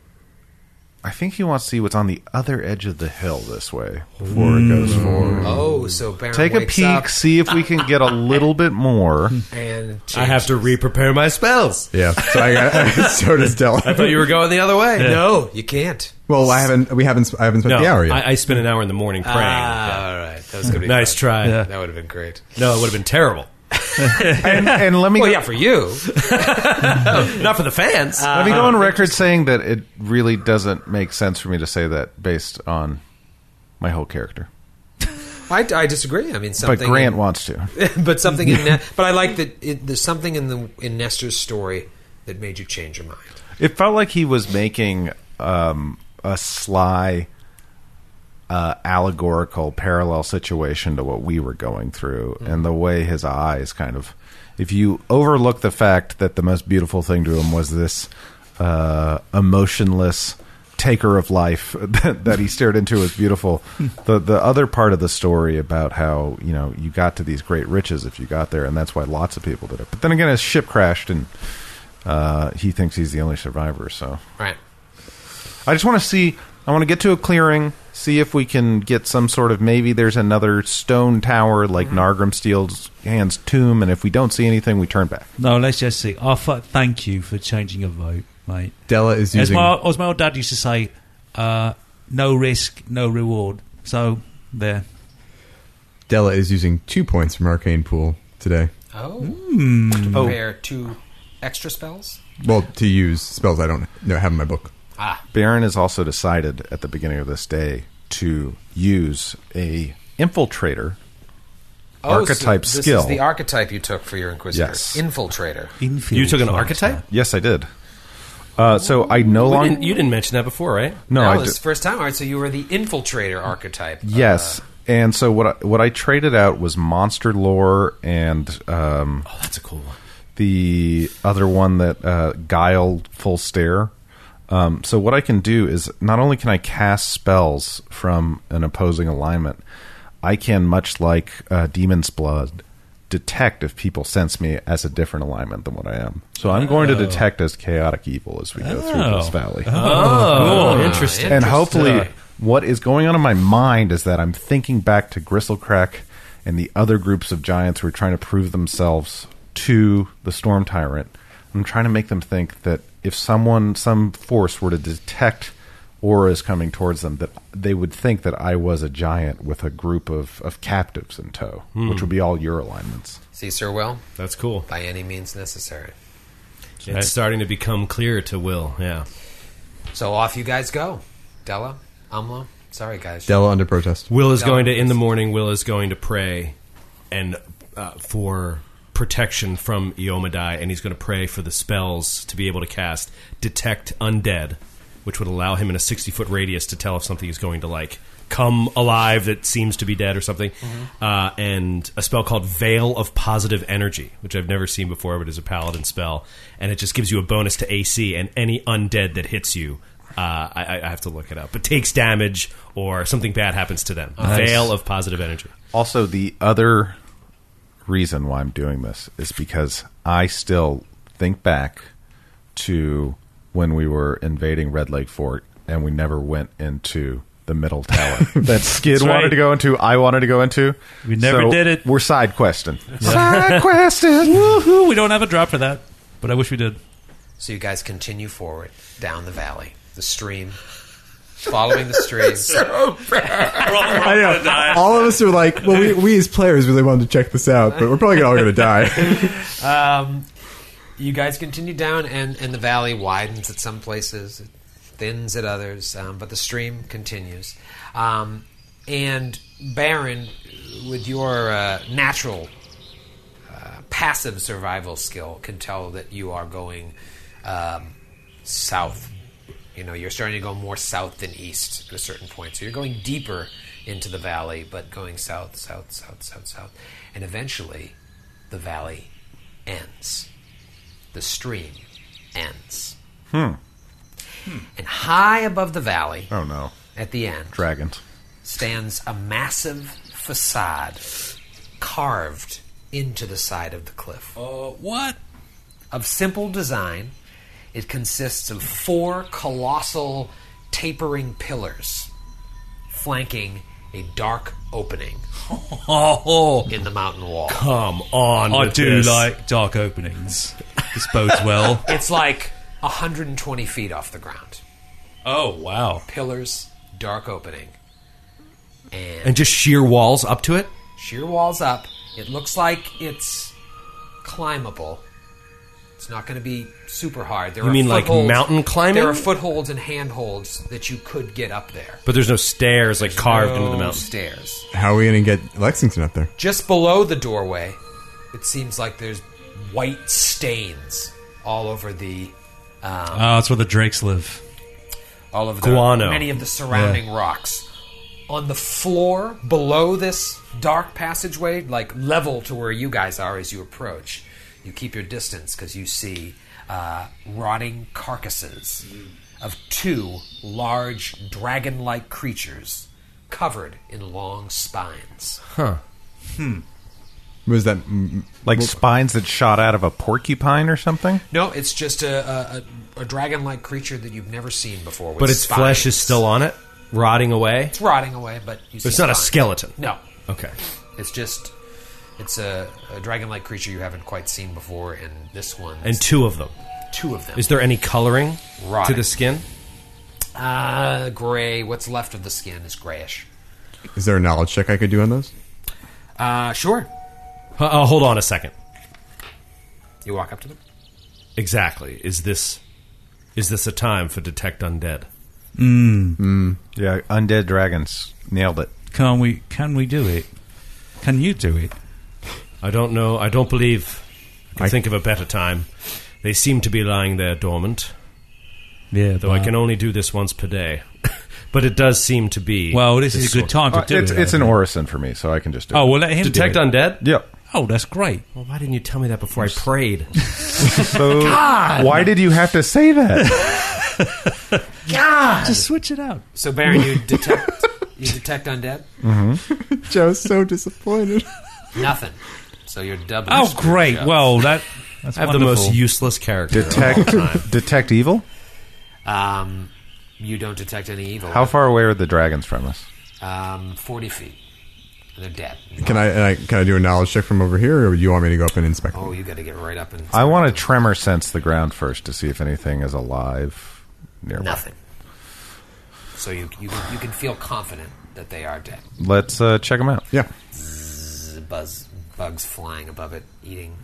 Speaker 8: I think he wants to see what's on the other edge of the hill this way before it goes
Speaker 4: Mm.
Speaker 8: forward.
Speaker 3: Oh, so Baron
Speaker 8: Hmm. Take a
Speaker 3: wakes
Speaker 8: peek,
Speaker 3: up
Speaker 8: see if we can get a little bit more.
Speaker 3: and
Speaker 7: I have to re prepare my spells.
Speaker 4: Yeah. So I got, so does
Speaker 7: I
Speaker 4: Della.
Speaker 7: thought you were going the other way.
Speaker 3: No, you can't.
Speaker 4: Well, I haven't we haven't I haven't spent
Speaker 7: No,
Speaker 4: the hour yet.
Speaker 7: I, I spent an hour in the morning praying.
Speaker 3: Ah, all right. That was going to be
Speaker 7: nice
Speaker 3: fun.
Speaker 7: try.
Speaker 3: That would have been great.
Speaker 7: No, it would have been terrible.
Speaker 8: and, and let me
Speaker 3: Well,
Speaker 8: go-
Speaker 3: yeah, for you.
Speaker 7: Not for the fans.
Speaker 5: Uh,
Speaker 8: Let me go on record saying that it really doesn't make sense for me to say that based on my whole character.
Speaker 3: I, I disagree. I mean, something.
Speaker 8: but Grant wants to.
Speaker 3: but something in that. But I like that. It, there's something in the in Nestor's story that made you change your mind.
Speaker 8: It felt like he was making um, a sly uh, allegorical parallel situation to what we were going through and the way his eyes kind of if you overlook the fact that the most beautiful thing to him was this uh, emotionless taker of life that, that he stared into as beautiful the the other part of the story about how you know you got to these great riches if you got there and that's why lots of people did it but then again his ship crashed and uh, he thinks he's the only survivor so
Speaker 3: Right.
Speaker 8: I just want to see. I want to get to a clearing, see if we can get some sort of maybe there's another stone tower like Nargrim Steel's hand's tomb, and if we don't see anything, we turn back.
Speaker 5: No, let's just see. Oh, fu thank you for changing your vote, mate.
Speaker 4: Della is
Speaker 5: As
Speaker 4: using.
Speaker 5: my, as my old dad used to say, uh, no risk, no reward. So, there.
Speaker 4: Della is using two points from Arcane Pool today.
Speaker 3: Oh.
Speaker 8: Hmm.
Speaker 3: To prepare two extra spells.
Speaker 4: Well, to use spells I don't know have in my book.
Speaker 8: Baron has also decided at the beginning of this day to use a infiltrator.
Speaker 3: Oh,
Speaker 8: Archetype
Speaker 3: so this
Speaker 8: skill.
Speaker 3: is the archetype you took for your Inquisitor.
Speaker 8: Yes.
Speaker 3: Infiltrator.
Speaker 7: You took
Speaker 6: Oh,
Speaker 7: an archetype?
Speaker 8: Yes, I did. Uh, so I no
Speaker 7: We
Speaker 8: longer
Speaker 7: didn't- you didn't mention that before, right?
Speaker 8: no.
Speaker 3: that
Speaker 8: I
Speaker 3: was
Speaker 8: di-
Speaker 3: the first time. All right, so you were the infiltrator archetype.
Speaker 8: yes. and so what I, what I traded out was monster lore and um,
Speaker 7: Oh, that's a cool one.
Speaker 8: the other one that uh, guile full stare. Um, so what I can do is not only can I cast spells from an opposing alignment, I can much like uh, Demon's Blood detect if people sense me as a different alignment than what I am. So I'm going to detect as chaotic evil as we go through this valley.
Speaker 7: Oh,
Speaker 3: Ah,
Speaker 7: interesting.
Speaker 8: And hopefully,
Speaker 7: Yeah.
Speaker 8: what is going on in my mind is that I'm thinking back to Gristlecrack and the other groups of giants who are trying to prove themselves to the Storm Tyrant. I'm trying to make them think that if someone, some force, were to detect auras coming towards them, that they would think that I was a giant with a group of, of captives in tow, which would be all your alignments.
Speaker 3: Uh, See, Sir Will,
Speaker 7: That's cool.
Speaker 3: by any means necessary.
Speaker 7: It's starting to become clear to Will. Yeah.
Speaker 3: So off you guys go. Della, Umlo. Sorry, guys.
Speaker 4: Della under protest.
Speaker 7: Will is
Speaker 3: No,
Speaker 7: going to in the
Speaker 3: it's-
Speaker 7: morning. Will is going to pray, and uh, for protection from Iomadai, and he's going to pray for the spells to be able to cast detect undead, which would allow him in a sixty foot radius to tell if something is going to like come alive that seems to be dead or something, uh, and a spell called Veil of Positive Energy, which I've never seen before, but is a paladin spell, and it just gives you a bonus to AC and any undead that hits you uh, I, I- I have to look it up, but takes damage or something bad happens to them. Veil of positive energy.
Speaker 8: Also, the other reason why I'm doing this is because I still think back to when we were invading Red Lake Fort and we never went into the middle tower that Skid
Speaker 5: That's right.
Speaker 8: wanted to go into, I wanted to go into.
Speaker 5: We never
Speaker 8: So
Speaker 5: did it.
Speaker 8: We're side questing. Side questing.
Speaker 5: Woohoo, we don't have a drop for that, but I wish we did.
Speaker 3: So you guys continue forward down the valley, the stream, following the stream.
Speaker 4: I know. All of us are like, well, we, we as players really wanted to check this out, but we're probably all going to die.
Speaker 3: um, you guys continue down, and, and the valley widens at some places, it thins at others, um, but the stream continues. Um, and Baron, with your uh, natural uh, passive survival skill, can tell that you are going um, south. You know, you're starting to go more south than east at a certain point. So you're going deeper into the valley, but going south, south, south, south, south. And eventually, the valley ends. The stream ends. Hmm. And high above the valley,
Speaker 8: Oh no,
Speaker 3: at the end,
Speaker 8: dragons.
Speaker 3: stands a massive facade carved into the side of the cliff.
Speaker 5: Uh, what?
Speaker 3: Of simple design, it consists of four colossal tapering pillars flanking a dark opening
Speaker 5: Oh,
Speaker 3: in the mountain wall.
Speaker 7: Come on,
Speaker 5: I
Speaker 7: with
Speaker 5: do
Speaker 7: this.
Speaker 5: like dark openings. This bodes well.
Speaker 3: It's like 120 feet off the ground.
Speaker 5: Oh, wow.
Speaker 3: Pillars, dark opening.
Speaker 7: and just sheer walls up to it.
Speaker 3: sheer walls up. It looks like it's climbable. It's not going to be super hard. There
Speaker 7: You
Speaker 3: are
Speaker 7: mean like
Speaker 3: footholds-
Speaker 7: mountain climbing?
Speaker 3: There are footholds and handholds that you could get up there.
Speaker 7: But there's no stairs like carved into the
Speaker 3: No
Speaker 7: mountain.
Speaker 3: Stairs.
Speaker 4: How are we going to get Lexington up there?
Speaker 3: Just below the doorway, it seems like there's white stains all over the
Speaker 5: Ah, that's where the drakes live.
Speaker 3: all of the
Speaker 7: Guano.
Speaker 3: many of the surrounding rocks. On the floor below this dark passageway, like level to where you guys are as you approach, you keep your distance because you see uh, rotting carcasses
Speaker 7: Mm.
Speaker 3: of two large dragon like creatures covered in long spines.
Speaker 4: Was that mm,
Speaker 8: Like spines that shot out of a porcupine or something?
Speaker 3: No, it's just a, a, a, a dragon like creature that you've never seen before. With
Speaker 7: But its flesh is
Speaker 3: spines.
Speaker 7: still on it, rotting away.
Speaker 3: It's rotting away, but you see
Speaker 7: It's not a
Speaker 3: spines.
Speaker 7: skeleton.
Speaker 3: No,
Speaker 7: Okay.
Speaker 3: It's just it's a, a dragon-like creature you haven't quite seen before, and this one
Speaker 7: And two of them.
Speaker 3: two of them.
Speaker 7: Is there any coloring to
Speaker 3: Rotting.
Speaker 7: the skin?
Speaker 3: uh, gray. What's left of the skin is grayish.
Speaker 4: is there a knowledge check I could do on those?
Speaker 3: Uh, sure.
Speaker 7: H- uh, hold on a second.
Speaker 3: You walk up to them.
Speaker 7: Exactly. Is this is this a time for detect undead?
Speaker 8: Yeah, undead dragons. Nailed it.
Speaker 5: Can we? Can we do it? Can you do it?
Speaker 7: I don't know. I don't believe I can
Speaker 4: I-
Speaker 7: think of a better time. They seem to be lying there dormant,
Speaker 5: Yeah,
Speaker 7: though I can only do this once per day. but it does seem to be
Speaker 5: Well, this is a good
Speaker 7: sort
Speaker 5: time
Speaker 7: of-
Speaker 5: to
Speaker 8: Uh,
Speaker 5: do
Speaker 8: it's
Speaker 5: it.
Speaker 8: it's an orison for me, so I can just do
Speaker 5: Oh,
Speaker 8: it.
Speaker 5: we'll let him do
Speaker 7: detect
Speaker 5: it.
Speaker 7: undead.
Speaker 8: Yep.
Speaker 5: Oh, that's great.
Speaker 7: Well, why didn't you tell me that before I prayed?
Speaker 8: So why did you have to say that?
Speaker 5: Just switch it out.
Speaker 3: So Baron, you detect you detect undead.
Speaker 4: Joe's so disappointed.
Speaker 3: Nothing. So you're doubly.
Speaker 5: Oh,
Speaker 3: screwed
Speaker 5: great.
Speaker 3: up.
Speaker 5: Well, that that's
Speaker 7: I have the
Speaker 5: wonderful.
Speaker 7: most useless character.
Speaker 8: detect detect evil?
Speaker 3: um, you don't detect any evil.
Speaker 8: How far away are the dragons from us?
Speaker 3: Um, forty feet. And They're dead.
Speaker 4: Can I, and I can I do a knowledge check from over here, or do you want me to go up and inspect?
Speaker 3: Oh, you got to get right up and.
Speaker 8: I want to tremor sense the ground first to see if anything is alive nearby.
Speaker 3: nothing. So you you can, you can feel confident that they are dead.
Speaker 8: Let's uh, check them out.
Speaker 4: Yeah,
Speaker 3: the buzz bugs flying above it, eating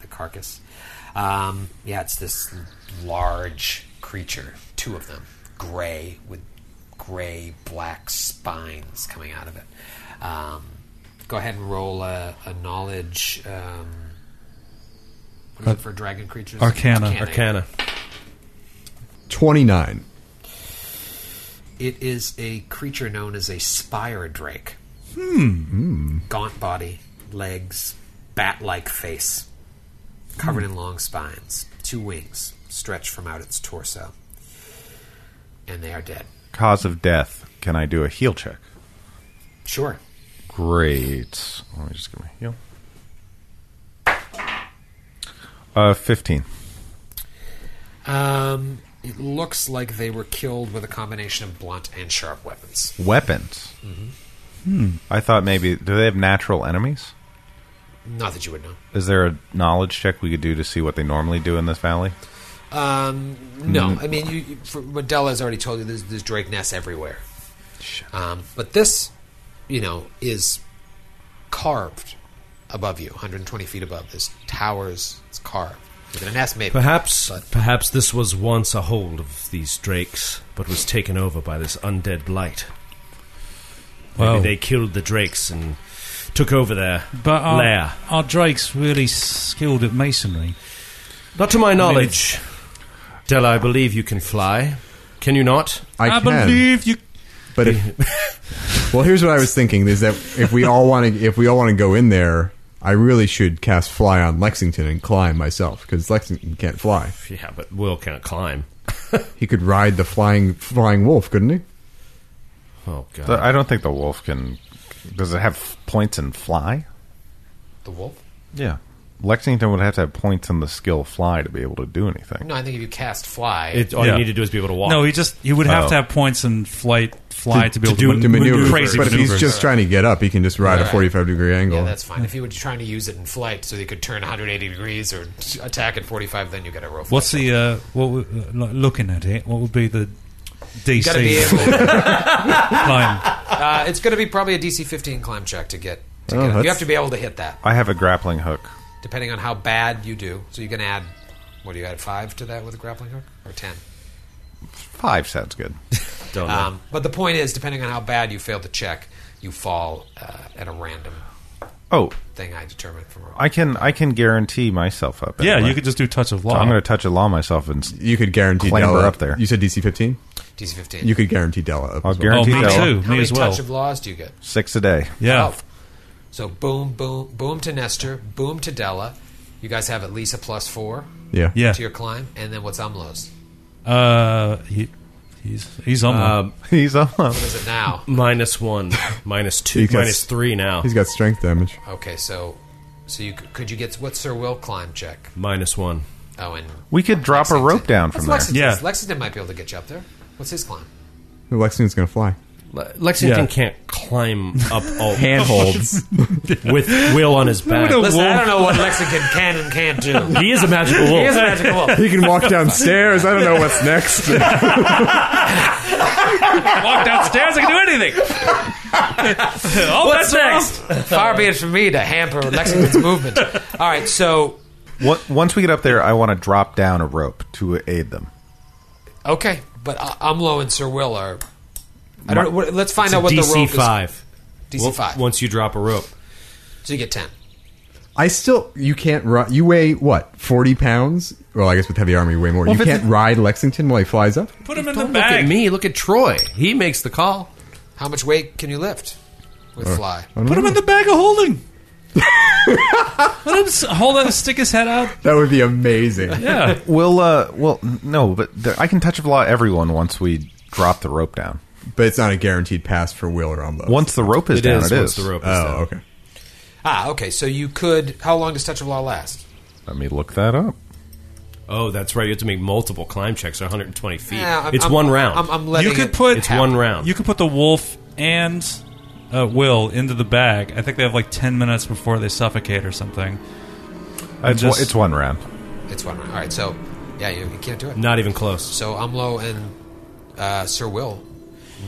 Speaker 3: the carcass. Um, yeah, it's this large creature, two of them, gray with gray black spines coming out of it. Um, go ahead and roll a, a knowledge. Um, what is it for dragon creatures?
Speaker 5: Arcana.
Speaker 7: Arcana.
Speaker 4: twenty nine.
Speaker 3: It is a creature known as a spire drake. Hmm. Gaunt body, legs, bat like face, covered in long spines, two wings stretched from out its torso. And they are dead.
Speaker 8: Cause of death. Can I do a heal check?
Speaker 3: Sure.
Speaker 8: Great. Let me just get my heal. Uh, fifteen.
Speaker 3: Um, it looks like they were killed with a combination of blunt and sharp weapons.
Speaker 8: Weapons. Hmm. I thought maybe do they have natural enemies?
Speaker 3: Not that you would know.
Speaker 8: Is there a knowledge check we could do to see what they normally do in this valley?
Speaker 3: Um, no, I mean, you, you, for, Mandela has already told you there's, there's Drake nests everywhere. Um, but this, you know, is carved above you, 120 feet above. This towers, it's carved. With a nest, maybe.
Speaker 7: Perhaps,
Speaker 3: But-
Speaker 7: perhaps this was once a hold of these drakes, but was taken over by this undead blight. Maybe
Speaker 5: Wow.
Speaker 7: they killed the drakes and took over their
Speaker 5: But are,
Speaker 7: lair.
Speaker 5: are Drake's really skilled at masonry?
Speaker 7: Not to my knowledge. Della, I believe you can fly. Can you not?
Speaker 4: I, can,
Speaker 5: believe you.
Speaker 4: but if, well, here's what I was thinking: is that if we all want to, if we all want to go in there, I really should cast fly on Lexington and climb myself because Lexington can't fly.
Speaker 7: Yeah, but Will can't climb.
Speaker 4: He could ride the flying flying wolf, couldn't he?
Speaker 7: Oh god.
Speaker 8: The- I don't think the wolf can. Does it have points in fly?
Speaker 3: the wolf?
Speaker 8: Yeah. Lexington would have to have points in the skill fly to be able to do anything.
Speaker 3: No, I think if you cast fly,
Speaker 7: It- all
Speaker 5: Yeah.
Speaker 7: you need to do is be able to walk.
Speaker 5: No, he just he would have
Speaker 8: Oh.
Speaker 5: to have points in flight, fly to, be able to,
Speaker 4: to
Speaker 5: maneuver,
Speaker 4: maneuver.
Speaker 5: crazy
Speaker 4: but if he's
Speaker 5: maneuvers.
Speaker 4: just trying to get up, he can just ride a
Speaker 3: Right.
Speaker 4: 45 degree angle.
Speaker 3: yeah, that's fine. If you were trying to use it in flight so you could turn 180 degrees or t- attack at 45, then you got to roll.
Speaker 5: What's
Speaker 3: flight.
Speaker 5: the uh, what? would- like, Looking at it, what would be the DC
Speaker 3: Gotta be able,
Speaker 5: climb?
Speaker 3: uh, it's going to be probably a DC 15 climb check to get. To
Speaker 4: Oh,
Speaker 3: get it.
Speaker 4: that's-
Speaker 3: You have to be able to hit that,
Speaker 8: I have a grappling hook.
Speaker 3: depending on how bad you do. So you can add, what do you add, five to that with a grappling hook? Or 10?
Speaker 8: Five sounds good.
Speaker 7: Don't know.
Speaker 3: Um, but the point is, depending on how bad you fail to check, you fall uh, at a random
Speaker 8: Oh,
Speaker 3: thing I determine from a roll.
Speaker 8: I can I can guarantee myself up.
Speaker 5: Yeah,
Speaker 8: anyway.
Speaker 5: you could just do touch of
Speaker 8: So
Speaker 5: law.
Speaker 8: I'm going to touch a law myself and s-
Speaker 4: You could guarantee
Speaker 8: Clamber
Speaker 4: Della-
Speaker 8: up there.
Speaker 4: You said DC 15.
Speaker 3: DC 15.
Speaker 4: You could guarantee Della. Up
Speaker 8: I'll
Speaker 4: as well.
Speaker 8: guarantee
Speaker 5: Oh, me
Speaker 8: Della.
Speaker 5: too.
Speaker 3: How many
Speaker 5: as well.
Speaker 3: touch of laws do you get?
Speaker 8: Six a day.
Speaker 5: Yeah.
Speaker 3: Twelve. So boom, boom, boom to Nestor, boom to Della. You guys have at least a plus four
Speaker 4: Yeah.
Speaker 5: Yeah.
Speaker 3: to your climb, and then what's Umlo's?
Speaker 5: Uh, he, he's he's on
Speaker 7: Uh,
Speaker 8: He's on.
Speaker 3: What is it now?
Speaker 7: minus one, minus two,
Speaker 4: Because-
Speaker 7: minus three now.
Speaker 4: He's got strength damage.
Speaker 3: Okay, so so you could, could you get what's Sir Will climb check?
Speaker 7: Minus one.
Speaker 3: Oh, and
Speaker 8: We could drop a rope down from there.
Speaker 3: Lexington.
Speaker 5: there. Yeah.
Speaker 3: Lexington might be able to get you up there. What's his climb?
Speaker 4: Lexington's going to fly.
Speaker 7: Le- Lexington
Speaker 5: Yeah.
Speaker 7: can't climb up all
Speaker 8: Handholds.
Speaker 7: with Will on his back.
Speaker 3: Listen, I don't know what Lexington can and can't do.
Speaker 7: He is a magical wolf.
Speaker 3: He is a magical wolf.
Speaker 4: He can walk downstairs. I don't know what's next.
Speaker 5: walk downstairs. I can do anything. oh,
Speaker 3: What's next? Far be it from me to hamper Lexington's movement. All right, so
Speaker 8: Wa- Once we get up there, I want to drop down a rope to aid them.
Speaker 3: okay, but uh, Umlo and Sir Will are. I don't. know, what- Let's find out what
Speaker 7: DC
Speaker 3: the rope
Speaker 7: five.
Speaker 3: is.
Speaker 7: Well,
Speaker 3: DC five.
Speaker 7: Once you drop a rope,
Speaker 3: So you get ten.
Speaker 4: I still, you can't ride. You weigh what? Forty pounds? Well, I guess with heavy armor, you weigh more. you
Speaker 8: if it's
Speaker 4: can't ride Lexington while he flies up.
Speaker 5: Put him in
Speaker 7: don't look at me. Look at Troy. He makes the call.
Speaker 3: How much weight can you lift
Speaker 8: Uh,
Speaker 3: with fly?
Speaker 5: Put him in the bag of holding. Let him s- hold on, stick his head out.
Speaker 4: That would be amazing.
Speaker 5: Yeah,
Speaker 8: We'll, uh, well, no, but there, I can touch of law everyone once we drop the rope down.
Speaker 4: But it's not a guaranteed pass for Will or Umlo.
Speaker 8: Once the rope is down, it
Speaker 7: once
Speaker 8: is.
Speaker 7: the rope is
Speaker 4: Oh,
Speaker 7: down.
Speaker 4: okay.
Speaker 3: Ah, okay. So you could. How long does touch of law last?
Speaker 8: Let me look that up.
Speaker 7: Oh, that's right. You have to make multiple climb checks. 120 feet.
Speaker 3: Yeah, Eh, I'm-
Speaker 7: it's
Speaker 3: I'm-
Speaker 7: one round.
Speaker 3: I'm, I'm letting
Speaker 5: You could
Speaker 3: it
Speaker 5: put-
Speaker 7: it's
Speaker 3: happen.
Speaker 7: one round.
Speaker 5: you can put the wolf and uh, Will into the bag. I think they have like ten minutes before they suffocate or something.
Speaker 8: It's,
Speaker 5: just-
Speaker 8: one- it's one round.
Speaker 3: It's one round. All right. So yeah, you, you can't do it.
Speaker 7: Not even close.
Speaker 3: So Umlo and uh, Sir Will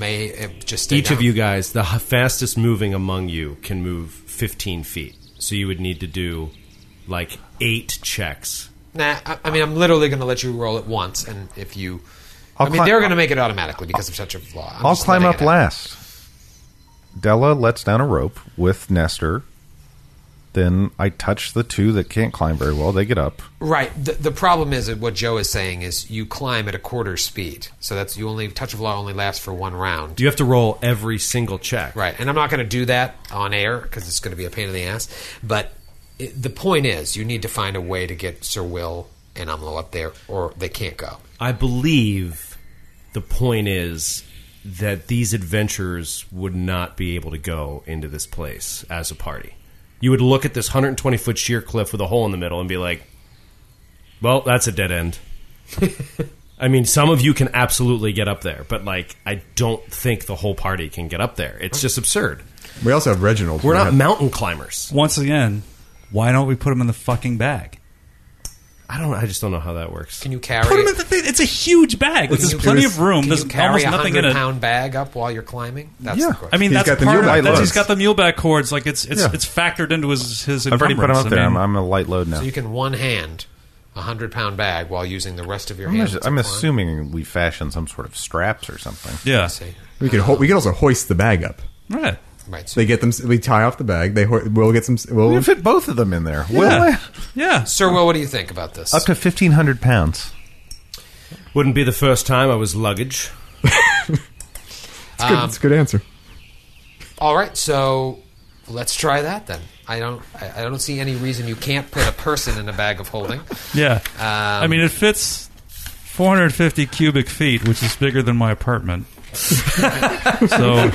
Speaker 3: may uh, just stay
Speaker 7: Each of
Speaker 3: down.
Speaker 7: you guys, the h- fastest moving among you, can move 15 feet. So you would need to do like eight checks.
Speaker 3: Nah, I, I mean, I'm literally going to let you roll it once, and if you, i
Speaker 8: I'll
Speaker 3: mean,
Speaker 8: cli-
Speaker 3: they're going to make it automatically because of such a law. I'm
Speaker 8: I'll
Speaker 3: just
Speaker 8: climb
Speaker 3: letting
Speaker 8: up
Speaker 3: it happen.
Speaker 8: last. Della lets down a rope with Nestor. Then I touch the two that can't climb very well. They get up.
Speaker 3: Right. The, the problem is that what Joe is saying is you climb at a quarter speed, so that's you only touch of law only lasts for one round.
Speaker 7: Do you have to roll every single check?
Speaker 3: Right, and I'm not going to do that on air because it's going to be a pain in the ass. But it, the point is, you need to find a way to get Sir Will and Umlo up there, or they can't go.
Speaker 7: I believe the point is that these adventurers would not be able to go into this place as a party. You would look at this 120 foot sheer cliff with a hole in the middle and be like, well, that's a dead end. I mean, some of you can absolutely get up there, but like, I don't think the whole party can get up there. It's just absurd.
Speaker 4: We also have Reginald.
Speaker 7: We're not
Speaker 4: Had-
Speaker 7: mountain climbers.
Speaker 5: Once again, why don't we put him in the fucking bag?
Speaker 7: I don't. I just don't know how that works.
Speaker 3: Can you carry?
Speaker 5: Put him in the thing. It's a huge bag.
Speaker 3: can
Speaker 5: Like, there's
Speaker 3: you-
Speaker 5: plenty of room.
Speaker 3: Can
Speaker 5: There's
Speaker 3: you carry
Speaker 5: almost
Speaker 3: a
Speaker 5: nothing
Speaker 3: hundred
Speaker 5: in it.
Speaker 3: pound bag up while you're climbing? That's
Speaker 8: Yeah.
Speaker 3: the question.
Speaker 5: I mean,
Speaker 4: He's
Speaker 5: that's
Speaker 4: got the
Speaker 5: part of
Speaker 4: mule
Speaker 5: it.
Speaker 4: bag
Speaker 5: That's-
Speaker 4: loads.
Speaker 5: He's got the mule back cords. Like it's it's
Speaker 8: Yeah.
Speaker 5: it's factored into his his.
Speaker 8: I've already put him
Speaker 5: encumbrance.
Speaker 8: up there.
Speaker 5: I
Speaker 8: I'm,
Speaker 5: mean,
Speaker 8: I'm a light load now.
Speaker 3: so you can one hand a hundred pound bag while using the rest of your
Speaker 8: I'm,
Speaker 3: hands.
Speaker 8: just-
Speaker 3: to
Speaker 8: I'm
Speaker 3: climb.
Speaker 8: assuming we fashion some sort of straps or something.
Speaker 5: yeah.
Speaker 3: See.
Speaker 4: we could ho- we could also hoist the bag up.
Speaker 5: Right.
Speaker 3: Right. So
Speaker 4: They get them. We tie off the bag. They ho- we'll get some.
Speaker 8: We
Speaker 4: We'll,
Speaker 8: can fit both of them in there.
Speaker 5: Yeah.
Speaker 8: Will
Speaker 5: Yeah.
Speaker 3: Sir Will, what do you think about this?
Speaker 8: up to fifteen hundred pounds.
Speaker 7: Wouldn't be the first time I was luggage.
Speaker 4: it's, good, it's a good answer.
Speaker 3: All right, so let's try that then. I don't, I I don't see any reason you can't put a person in a bag of holding.
Speaker 5: Yeah. I mean, it fits 450 cubic feet, which is bigger than my apartment. so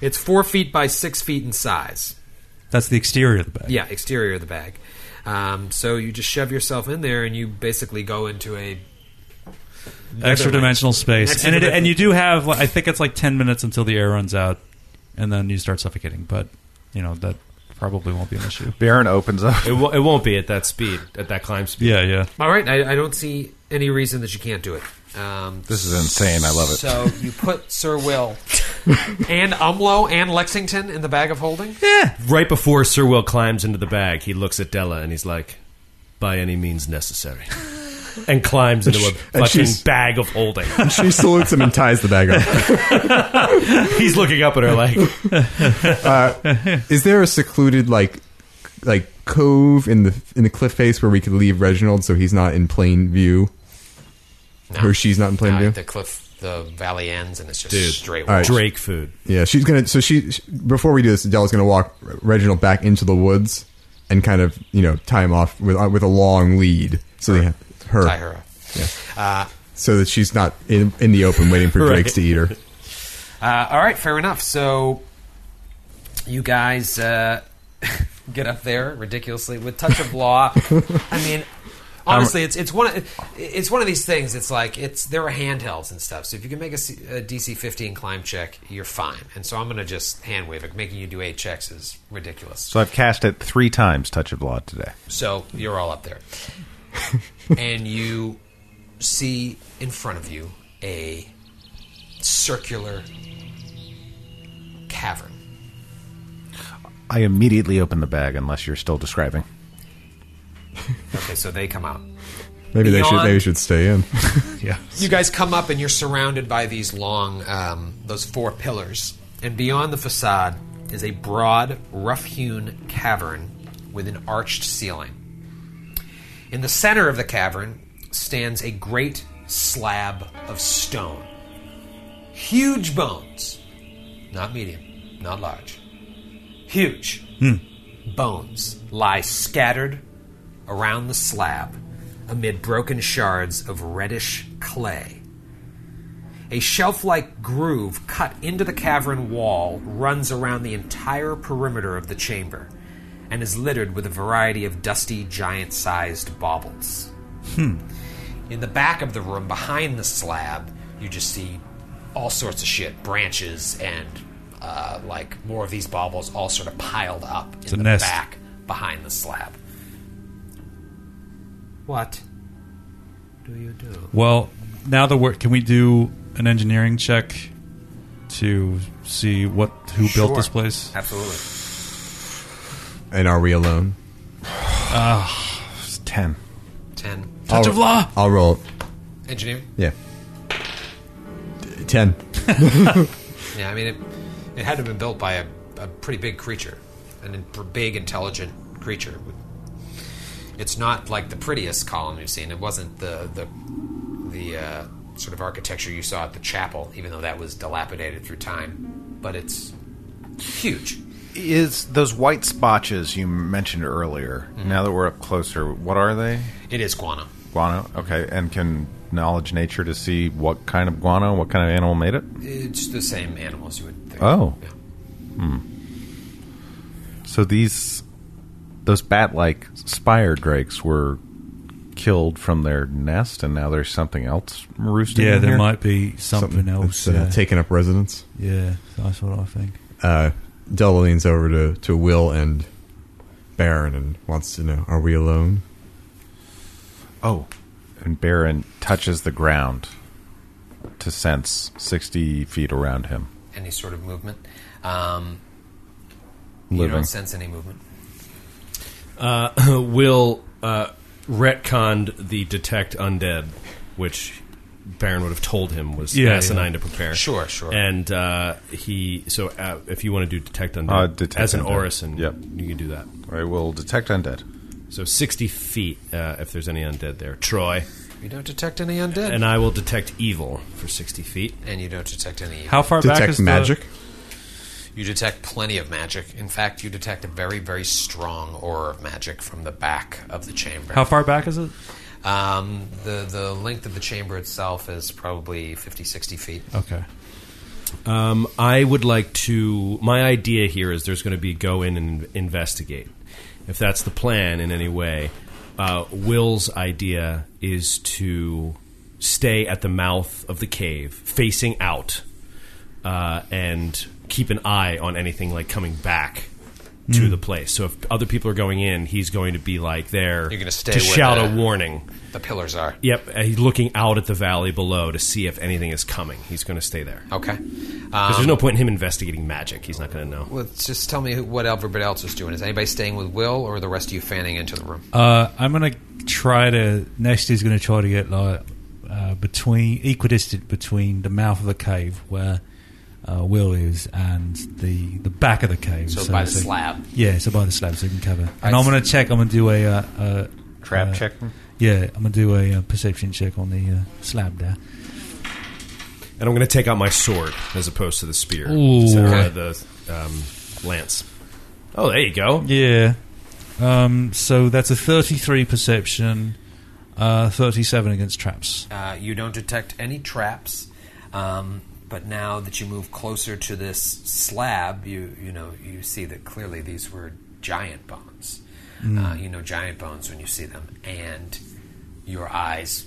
Speaker 3: It's four feet by six feet in size.
Speaker 5: that's the exterior of the bag.
Speaker 3: Yeah, exterior of the bag. Um, so you just shove yourself in there, and you basically go into a
Speaker 5: Extra dimensional space,
Speaker 3: Extra
Speaker 5: and it,
Speaker 3: dimension-
Speaker 5: and you do have. like, I think it's like 10 minutes until the air runs out, and then you start suffocating. But you know that probably won't be an issue.
Speaker 8: Baron opens up.
Speaker 7: It, w- it won't be at that speed, at that climb speed.
Speaker 5: Yeah. Yeah.
Speaker 3: All right, I, I don't see any reason that you can't do it. Um,
Speaker 8: This is insane. I love it.
Speaker 3: So you put Sir Will and Umlo and Lexington in the bag of holding.
Speaker 7: Right before Sir Will climbs into the bag, he looks at Della and he's like, "By any means necessary," and climbs into a
Speaker 4: And she- and
Speaker 7: fucking
Speaker 4: she's-
Speaker 7: bag of holding.
Speaker 4: She salutes him and ties the bag up.
Speaker 7: he's looking up at her like,
Speaker 4: Is there a secluded like like cove in the in the cliff face where we could leave Reginald so he's not in plain view? Or she's not in plain
Speaker 3: Now
Speaker 4: view.
Speaker 3: the cliff the valley ends, and it's just
Speaker 7: Dude.
Speaker 3: straight.
Speaker 4: All right.
Speaker 3: walls.
Speaker 7: Drake food.
Speaker 4: Yeah, she's gonna. So she, she before we do this, Adele's gonna walk Reginald back into the woods and kind of you know tie him off with uh, with a long lead. So they have her,
Speaker 3: Tie her up.
Speaker 4: so that she's not in in the open waiting for drakes to eat her.
Speaker 3: Uh, all right, fair enough. So you guys uh, get up there ridiculously with touch of law. I mean, honestly, it's it's one of, it's one of these things. It's like it's there are handhelds and stuff. So if you can make a, C- a DC 15 climb check, you're fine. And so I'm going to just hand wave it. Making you do eight checks is ridiculous.
Speaker 8: So I've cast it three times, Touch of Law, today.
Speaker 3: So you're all up there. and you see in front of you a circular cavern.
Speaker 8: I immediately open the bag unless you're still describing.
Speaker 3: Okay, so they come out.
Speaker 4: Maybe they should
Speaker 3: Beyond-
Speaker 4: maybe should stay in.
Speaker 3: You guys come up and you're surrounded by these long, um, those four pillars. And beyond the facade is a broad, rough hewn cavern with an arched ceiling. In the center of the cavern stands a great slab of stone. Huge bones. Not medium, not large. Huge bones lie scattered around the slab amid broken shards of reddish clay. A shelf like groove cut into the cavern wall runs around the entire perimeter of the chamber and is littered with a variety of dusty, giant sized baubles.
Speaker 5: Hmm.
Speaker 3: In the back of the room, behind the slab, you just see all sorts of shit branches and uh, like more of these baubles all sort of piled up in
Speaker 5: a
Speaker 3: the
Speaker 5: nest.
Speaker 3: back behind the slab. What do you do?
Speaker 5: Well, now the work. Can we do an engineering check to see what who built this place?
Speaker 3: Absolutely.
Speaker 4: And are we alone?
Speaker 8: It's ten.
Speaker 3: 10.
Speaker 4: Ah, Touch of law. I'll roll. it.
Speaker 3: Engineer?
Speaker 4: Yeah, ten.
Speaker 3: Yeah, I mean, it, it had to have been built by a, a pretty big creature, an in- big, intelligent creature. It's not like the prettiest column you've seen. It wasn't the the the uh, sort of architecture you saw at the chapel, even though that was dilapidated through time. But it's huge.
Speaker 8: Is those white spotches you mentioned earlier?
Speaker 5: Mm-hmm.
Speaker 8: Now that we're up closer, what are they?
Speaker 3: It is guano.
Speaker 8: Guano. Okay, and can knowledge nature to see what kind of guano, what kind of animal made it?
Speaker 3: It's the same animals you would think.
Speaker 8: Oh.
Speaker 3: Yeah.
Speaker 8: So these, those bat-like spire drakes were killed from their nest, and now there's something else roosting.
Speaker 5: Yeah,
Speaker 8: in
Speaker 5: there
Speaker 8: here?
Speaker 5: might be something, else.
Speaker 4: that's, uh,
Speaker 5: yeah.
Speaker 4: taking up residence.
Speaker 5: yeah, that's what I think.
Speaker 4: Uh, Della leans over to to Will and Baron and wants to know: Are we alone?
Speaker 8: Oh, and Baron touches the ground to sense sixty feet around him.
Speaker 3: Any sort of movement. Um, you
Speaker 8: Living.
Speaker 3: don't sense any movement.
Speaker 7: Will uh, retconned the detect undead, which Baron would have told him was
Speaker 5: Yeah,
Speaker 7: asinine
Speaker 5: yeah.
Speaker 7: to prepare.
Speaker 3: Sure, sure.
Speaker 7: And uh, he so uh, if you want to do detect undead
Speaker 8: Uh, detect
Speaker 7: as an
Speaker 8: undead.
Speaker 7: orison,
Speaker 8: Yep.
Speaker 7: you can do that.
Speaker 8: I will detect undead.
Speaker 7: So sixty feet uh, if there's any undead there, Troy,
Speaker 3: You don't detect any undead.
Speaker 7: and I will detect evil for sixty feet.
Speaker 3: and you don't detect any.
Speaker 5: How far back
Speaker 4: Detect
Speaker 5: is the-
Speaker 4: magic.
Speaker 3: You detect plenty of magic. In fact, you detect a very, very strong aura of magic from the back of the chamber.
Speaker 5: how far back is it?
Speaker 3: Um, the, the length of the chamber itself is probably 50, 60 feet.
Speaker 7: Oh.
Speaker 5: Okay.
Speaker 7: Um, I would like to. My idea here is there's going to be go in and investigate. If that's the plan in any way, uh, Will's idea is to stay at the mouth of the cave, facing out, uh, and keep an eye on anything like coming back to the place. So if other people are going in, he's going to be like there
Speaker 3: You're gonna stay
Speaker 7: to
Speaker 3: where
Speaker 7: shout
Speaker 3: the-
Speaker 7: a warning.
Speaker 3: The pillars are.
Speaker 7: Yep, and he's looking out at the valley below to see if anything is coming. He's going to stay there.
Speaker 3: Okay.
Speaker 7: Because
Speaker 3: Um,
Speaker 7: there's no point in him investigating magic. He's not going to know.
Speaker 3: let's just tell me who- what everybody else is doing. Is anybody staying with Will or are the rest of you fanning into the room?
Speaker 5: Uh, I'm gonna try to. Next is gonna try to get like uh, between equidistant between the mouth of the cave where uh, Will is and the the back of the cave.
Speaker 3: So by the
Speaker 5: so-
Speaker 3: slab.
Speaker 5: Yeah, so by the slab, so you can cover. And
Speaker 3: I
Speaker 5: I'm
Speaker 3: see.
Speaker 5: gonna check. I'm gonna do a. Uh, uh,
Speaker 8: Trap
Speaker 5: uh,
Speaker 8: check.
Speaker 5: Yeah, I'm gonna do a uh, perception check on the uh, slab there.
Speaker 7: and I'm going to take out my sword as opposed to the spear,
Speaker 5: Ooh.
Speaker 7: So, uh,
Speaker 5: Okay.
Speaker 7: the um, lance. Oh, there you go.
Speaker 5: Yeah. Um, so that's a 33 perception, uh, 37 against traps.
Speaker 3: Uh, you don't detect any traps, um, but now that you move closer to this slab, you you know you see that clearly these were giant bones.
Speaker 5: Hmm.
Speaker 3: Uh, you know giant bones when you see them, and your eyes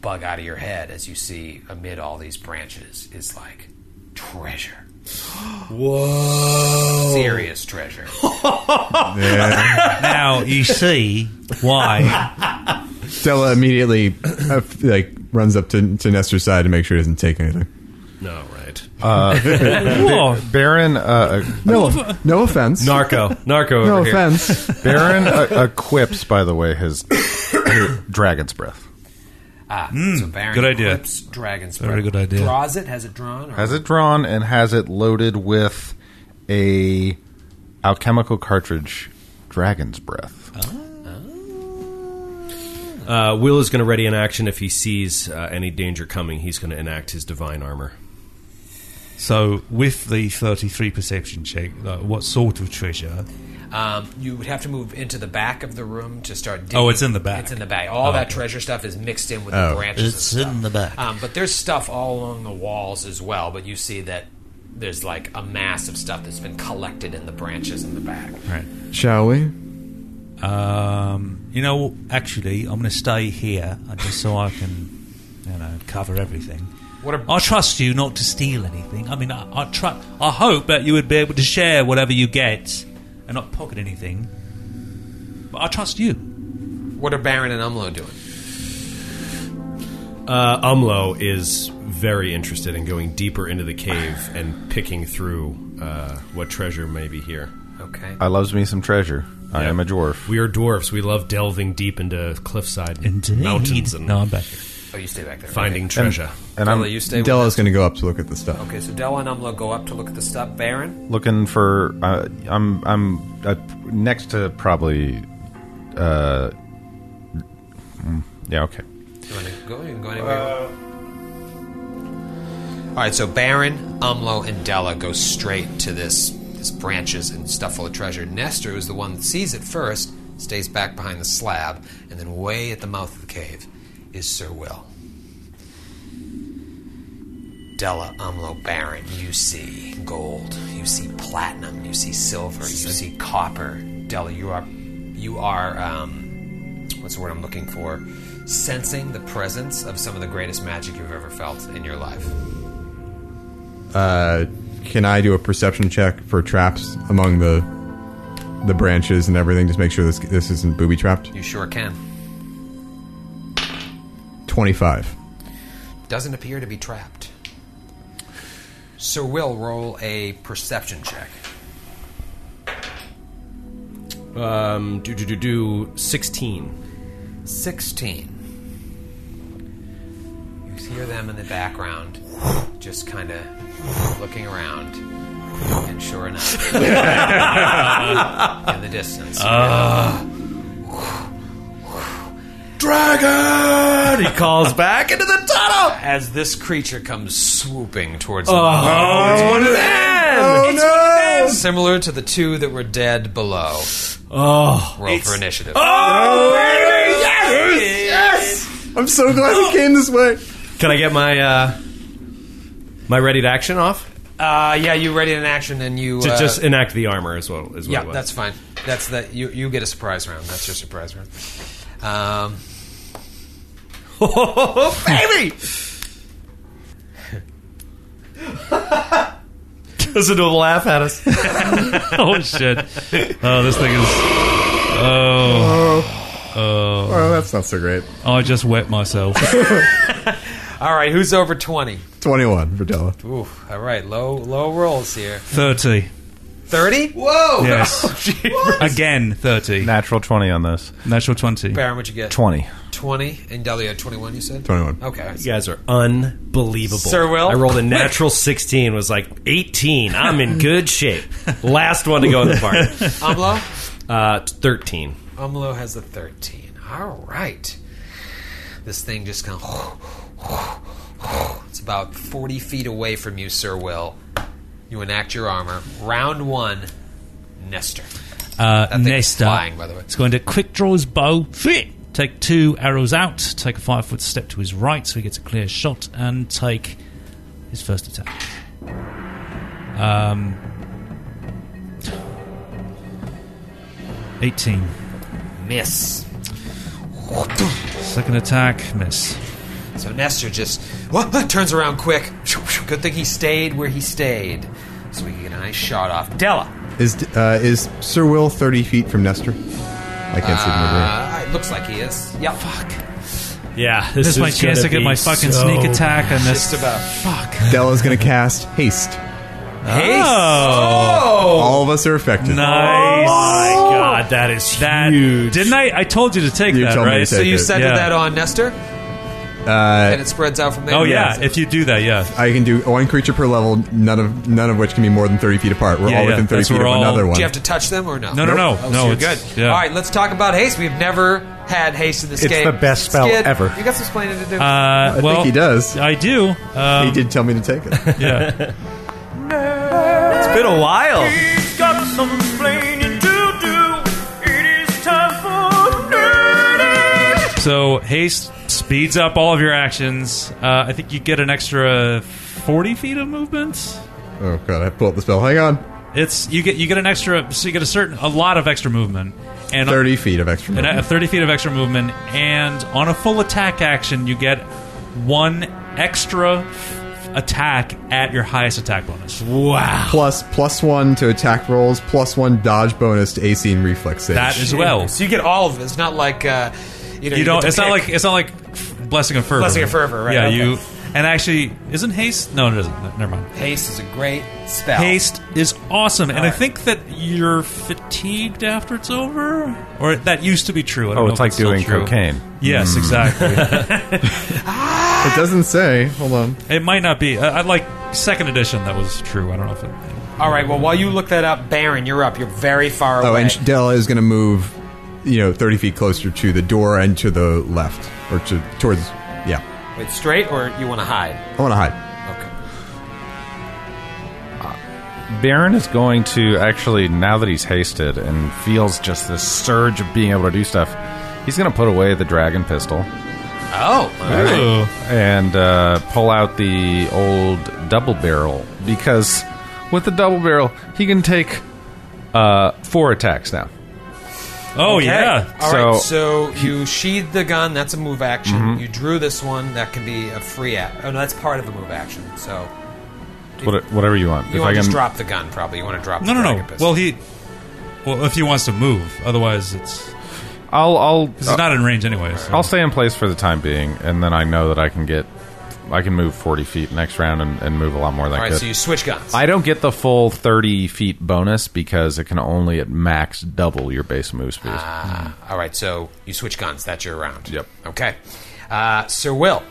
Speaker 3: bug out of your head as you see amid all these branches is like treasure. Whoa! Serious treasure.
Speaker 5: Now you see why.
Speaker 4: Stella immediately uh, like runs up to, to Nestor's side to make sure he doesn't take anything.
Speaker 7: No, right.
Speaker 5: Whoa.
Speaker 8: Baron, uh,
Speaker 4: No, no offense.
Speaker 7: Narco, narco over
Speaker 4: no
Speaker 7: here.
Speaker 4: offense.
Speaker 8: Baron uh, equips, by the way, his dragon's breath.
Speaker 3: Ah, so Baron
Speaker 5: Hmm. good idea.
Speaker 3: Eclipse, Dragon's
Speaker 5: Very
Speaker 3: Breath.
Speaker 5: good idea.
Speaker 3: Draws it? Has it drawn? Or
Speaker 8: Has it drawn and has it loaded with a alchemical cartridge, dragon's breath.
Speaker 7: Uh, Will is going to ready an action if he sees uh, any danger coming. He's going to enact his divine armor.
Speaker 5: So with the 33 perception check, uh, what sort of treasure?
Speaker 3: Um, you would have to move into the back of the room to start. Digging.
Speaker 5: Oh, it's in the back.
Speaker 3: It's in the back. All
Speaker 5: Oh,
Speaker 3: that
Speaker 5: okay.
Speaker 3: treasure stuff is mixed in with the
Speaker 4: Oh.
Speaker 3: branches. and
Speaker 5: It's
Speaker 3: stuff.
Speaker 5: in the back.
Speaker 3: Um, but there's stuff all along the walls as well. But you see that there's like a mass of stuff that's been collected in the branches in the back.
Speaker 5: Right.
Speaker 4: Shall we?
Speaker 5: Um, you know, actually, I'm going to stay here uh, just so I can, you know, cover everything.
Speaker 3: What a-
Speaker 5: I trust you not to steal anything. I mean, I, I, tru- I hope that you would be able to share whatever you get and not pocket anything. But I trust you.
Speaker 3: What are Baron and Umlo doing?
Speaker 7: Uh, Umlo is very interested in going deeper into the cave and picking through uh, what treasure may be here.
Speaker 3: Okay.
Speaker 8: I loves me some treasure. I
Speaker 7: Yeah.
Speaker 8: am a dwarf.
Speaker 7: We are dwarfs. We love delving deep into cliffside mountains and
Speaker 5: no, I'm back.
Speaker 3: Oh, you stay back there.
Speaker 7: finding treasure.
Speaker 8: And
Speaker 3: Umlo,
Speaker 8: I'm
Speaker 3: you stay. with
Speaker 4: Della's going to go up to look at the stuff.
Speaker 3: Okay, so Della and Umlo go up to look at the stuff. Baron.
Speaker 8: looking for. Uh, I'm I'm uh, next to probably. Uh, mm, yeah. Okay.
Speaker 3: You want to go? You can go anywhere. All right, so Baron, Umlo, and Della go straight to this this branches and stuff full of treasure. Nestor, who's the one that sees it first, stays back behind the slab, and then way at the mouth of the cave is Sir Will. Della, Umlo, Baron, you see gold, you see platinum, you see silver, you see copper. Della, you are you are um, what's the word I'm looking for? Sensing the presence of some of the greatest magic you've ever felt in your life.
Speaker 4: Uh, can I do a perception check for traps among the the branches and everything? Just make sure this this isn't booby trapped.
Speaker 3: You sure can.
Speaker 4: Twenty five.
Speaker 3: Doesn't appear to be trapped. Sir Will, roll a perception check.
Speaker 7: Um, do do do do sixteen.
Speaker 3: 16. You hear them in the background, just kind of looking around, and sure enough, in the distance,
Speaker 7: Uh. Dragon. He calls back into the tunnel.
Speaker 3: as this creature comes swooping towards
Speaker 7: Oh, it's
Speaker 3: them. Similar to the two that were dead below.
Speaker 7: Oh,
Speaker 3: Roll for initiative.
Speaker 4: I'm so glad we came this way.
Speaker 7: can I get my uh, my ready to action off?
Speaker 3: Uh, yeah, you ready in action, and you
Speaker 7: Ju-
Speaker 3: uh,
Speaker 7: just enact the armor as well. Is what
Speaker 3: Yeah,
Speaker 7: it was.
Speaker 3: that's fine. That's the you. You get a surprise round. That's your surprise round. Um,
Speaker 7: baby. Listen to him laugh at us.
Speaker 5: oh shit! Oh, this thing is.
Speaker 4: Oh, that's not so great.
Speaker 5: I just wet myself.
Speaker 3: all right, who's over twenty?
Speaker 4: Twenty one for Della.
Speaker 3: Ooh, all right, low low rolls here.
Speaker 5: Thirty.
Speaker 3: Thirty. Whoa,
Speaker 5: Yes. Again, thirty.
Speaker 8: Natural twenty on this.
Speaker 5: Natural twenty.
Speaker 3: Baron, what you get?
Speaker 8: Twenty.
Speaker 3: Twenty. And Delia, twenty-one. You said
Speaker 4: 21.
Speaker 3: Okay.
Speaker 7: You guys are unbelievable.
Speaker 3: Sir Will?
Speaker 7: I rolled a natural 16, was like 18. I'm in good shape. Last one to go in the party.
Speaker 3: Umlo.
Speaker 7: Uh, 13.
Speaker 3: Umlo has a thirteen. All right. This thing just kind of. It's about 40 feet away from you, Sir Will. You enact your armor. Round one, Nestor.
Speaker 5: Uh,
Speaker 3: thing's
Speaker 5: next up,
Speaker 3: flying, by the way.
Speaker 5: it's going to quick draw his bow. Take two arrows out. Take a five foot step to his right so he gets a clear shot and take his first attack. Um, 18.
Speaker 3: Miss.
Speaker 5: Second attack, miss.
Speaker 3: So Nestor just turns around quick. Good thing he stayed where he stayed. So we can get a nice shot off. Della.
Speaker 4: Is uh, is Sir Will thirty feet from Nestor? I can't see from over here.
Speaker 3: Uh, it looks like he is. Yep. Fuck.
Speaker 7: Yeah,
Speaker 5: This is my chance to get my fucking sneak attack and this.
Speaker 3: Just about.
Speaker 4: Della's gonna cast haste.
Speaker 5: Oh,
Speaker 4: All of us are affected.
Speaker 5: nice.
Speaker 7: Oh my god, that is
Speaker 5: That
Speaker 7: huge.
Speaker 5: didn't I? I told you to take
Speaker 4: You
Speaker 5: that,
Speaker 4: told me to
Speaker 5: right?
Speaker 4: take
Speaker 3: So you
Speaker 4: it.
Speaker 3: centered
Speaker 5: Yeah. Uh,
Speaker 3: that on Nestor, and it spreads out from there.
Speaker 5: Oh yeah, if you do that, yeah.
Speaker 4: I can do one creature per level, none of none of which can be more than thirty feet apart. We're
Speaker 5: Yeah,
Speaker 4: all
Speaker 5: yeah,
Speaker 4: within thirty
Speaker 5: that's
Speaker 4: feet
Speaker 5: we're
Speaker 4: of
Speaker 5: all-
Speaker 4: another one.
Speaker 3: Do you have to touch them or no?
Speaker 5: No, no, no,
Speaker 3: Oh, so
Speaker 5: no.
Speaker 3: you're good.
Speaker 5: it's- Yeah.
Speaker 3: All right, let's talk about haste. We've never had haste in this
Speaker 9: It's
Speaker 3: game.
Speaker 9: the best spell
Speaker 3: Skid,
Speaker 9: ever.
Speaker 3: You got some explaining to do.
Speaker 5: Uh,
Speaker 4: I
Speaker 5: well,
Speaker 4: think he does.
Speaker 5: I do. Um,
Speaker 4: he did tell me to take it.
Speaker 5: Yeah.
Speaker 9: It's been a while.
Speaker 5: So haste speeds up all of your actions. Uh, I think you get an extra forty feet of movement.
Speaker 4: oh god, I pulled up the spell. Hang on,
Speaker 5: It's you get you get an extra. So you get a certain a lot of extra movement and
Speaker 4: thirty feet of extra.
Speaker 5: and a-
Speaker 4: movement.
Speaker 5: thirty feet of extra movement. And on a full attack action, you get one extra f- attack at your highest attack bonus.
Speaker 7: wow.
Speaker 4: Plus plus one to attack rolls, plus one dodge bonus to AC and reflex saves.
Speaker 5: That as well.
Speaker 3: so you get all of it. It's not like uh, you know.
Speaker 5: You don't.
Speaker 3: get to
Speaker 5: It's not
Speaker 3: pick.
Speaker 5: like it's not like blessing of fervor.
Speaker 3: Blessing of fervor, right,
Speaker 5: Yeah,
Speaker 3: okay.
Speaker 5: you. And actually, isn't haste? No, it doesn't. Never mind.
Speaker 3: haste is a great spell.
Speaker 5: Haste is awesome, and I
Speaker 3: Alright.
Speaker 5: think that you're fatigued after it's over, or that used to be true. I don't
Speaker 8: Oh,
Speaker 5: know
Speaker 8: it's
Speaker 5: if
Speaker 8: like
Speaker 5: still
Speaker 8: doing
Speaker 5: true.
Speaker 8: cocaine. Mm.
Speaker 5: Yes, exactly.
Speaker 4: it doesn't say. Hold on.
Speaker 5: it might not be. I, I like second edition. That was true. I don't know if it.
Speaker 3: All right. Well, while you look that up, Baron, you're up. You're very far
Speaker 4: Oh,
Speaker 3: away.
Speaker 4: and Della is going to move, you know, thirty feet closer to the door and to the left, or to towards. Yeah,
Speaker 3: Wait, straight or you want to hide?
Speaker 4: I want to hide.
Speaker 3: Okay.
Speaker 8: Baron is going to actually now that he's hasted and feels just this surge of being able to do stuff. He's going to put away the dragon pistol
Speaker 3: Oh, all right.
Speaker 5: Ooh.
Speaker 8: and uh, pull out the old double barrel because with the double barrel he can take uh, four attacks now.
Speaker 5: Oh
Speaker 3: Okay.
Speaker 5: yeah.
Speaker 3: All right.
Speaker 8: So-
Speaker 3: So you sheathed the gun. That's a move action. You drew this one. That can be a free act. Oh no, that's part of a move action. So
Speaker 8: What, whatever you want.
Speaker 3: you want to just drop the gun, probably. You want to drop.
Speaker 5: No,
Speaker 3: the
Speaker 5: no, no.
Speaker 3: dragon pistol.
Speaker 5: Well, he. Well, if he wants to move, otherwise it's
Speaker 8: I'll I'll uh,
Speaker 5: this is not in range anyway. so-
Speaker 8: I'll stay in place for the time being, and then I know that I can get, I can move forty feet next round and, and move a lot more than
Speaker 3: all
Speaker 8: I
Speaker 3: right.
Speaker 8: could.
Speaker 3: So you switch guns.
Speaker 8: I don't get the full thirty feet bonus because it can only at max double your base move speed.
Speaker 3: all right. So you switch guns. That's your round.
Speaker 8: Yep.
Speaker 3: Okay. Uh, Sir Will.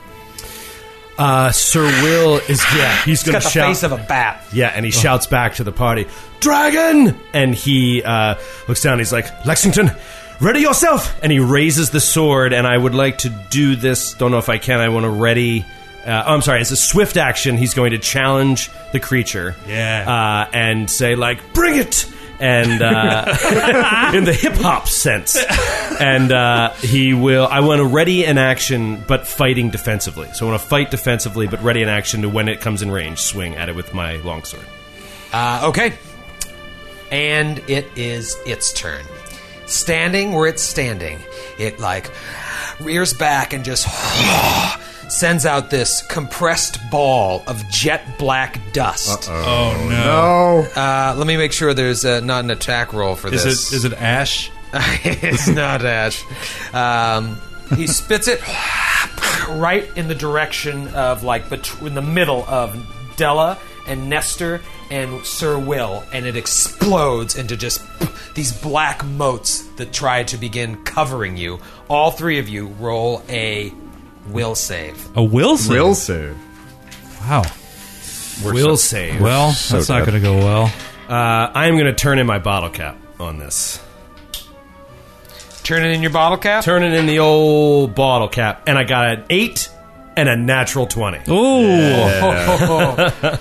Speaker 7: Uh, Sir Will is yeah. He's
Speaker 3: He's
Speaker 7: gonna
Speaker 3: got the
Speaker 7: shout.
Speaker 3: face of a bat.
Speaker 7: yeah, and he shouts back to the party, "Dragon!" And he uh, looks down. He's like, "Lexington, ready yourself!" And he raises the sword. And I would like to do this. Don't know if I can. I want to ready. Uh, oh, I'm sorry. It's a swift action. He's going to challenge the creature.
Speaker 5: Yeah.
Speaker 7: Uh, and say like, "Bring it!" And uh, in the hip hop sense. And uh, he will. I want to ready in action, but fighting defensively. So I want to fight defensively, but ready in action to when it comes in range, swing at it with my longsword.
Speaker 3: Uh, okay. And it is its turn. Standing where it's standing, it like rears back and just sends out this compressed ball of jet black dust. uh
Speaker 5: Oh no.
Speaker 4: Oh,
Speaker 3: let me make sure there's uh, not an attack roll for
Speaker 5: Is
Speaker 3: this.
Speaker 5: it is it ash?
Speaker 3: it's not Ash. Um, he spits it right in the direction of like between in the middle of Della and Nestor and Sir Will, and it explodes into just these black motes that try to begin covering you. All three of you roll a will save.
Speaker 5: A Wilson.
Speaker 4: will save.
Speaker 5: Wow.
Speaker 7: will save.
Speaker 5: Well, that's not going to go well.
Speaker 7: Uh, I am going to turn in my bottle cap on this.
Speaker 3: Turn it in your bottle cap.
Speaker 7: Turning in the old bottle cap, and I got an eight and a natural 20.
Speaker 5: Ooh.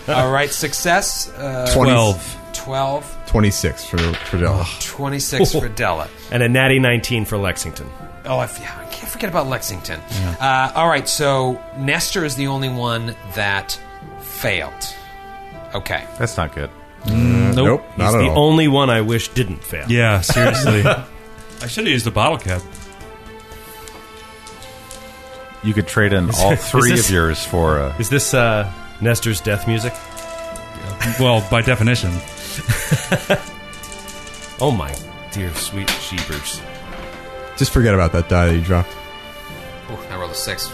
Speaker 3: All right, success. Uh,
Speaker 5: 12.
Speaker 3: 12,
Speaker 4: 26 for, for Della.
Speaker 3: 26 for Della.
Speaker 7: And a natty 19 for Lexington.
Speaker 3: Oh, I, f- I can't forget about Lexington. Uh, all right, so Nestor is the only one that failed. Okay.
Speaker 8: That's not good.
Speaker 4: Nope,
Speaker 7: He's
Speaker 4: not at
Speaker 7: the
Speaker 4: all.
Speaker 7: only one I wish didn't fail.
Speaker 5: Yeah, seriously. I should have used the bottle cap.
Speaker 8: You could trade in all three
Speaker 7: this-
Speaker 8: of yours for a.
Speaker 7: Is this uh, Nestor's death music?
Speaker 5: Well, by definition.
Speaker 7: Oh my dear sweet jeebers.
Speaker 4: Just forget about that die that you dropped.
Speaker 3: Ooh, I rolled a six.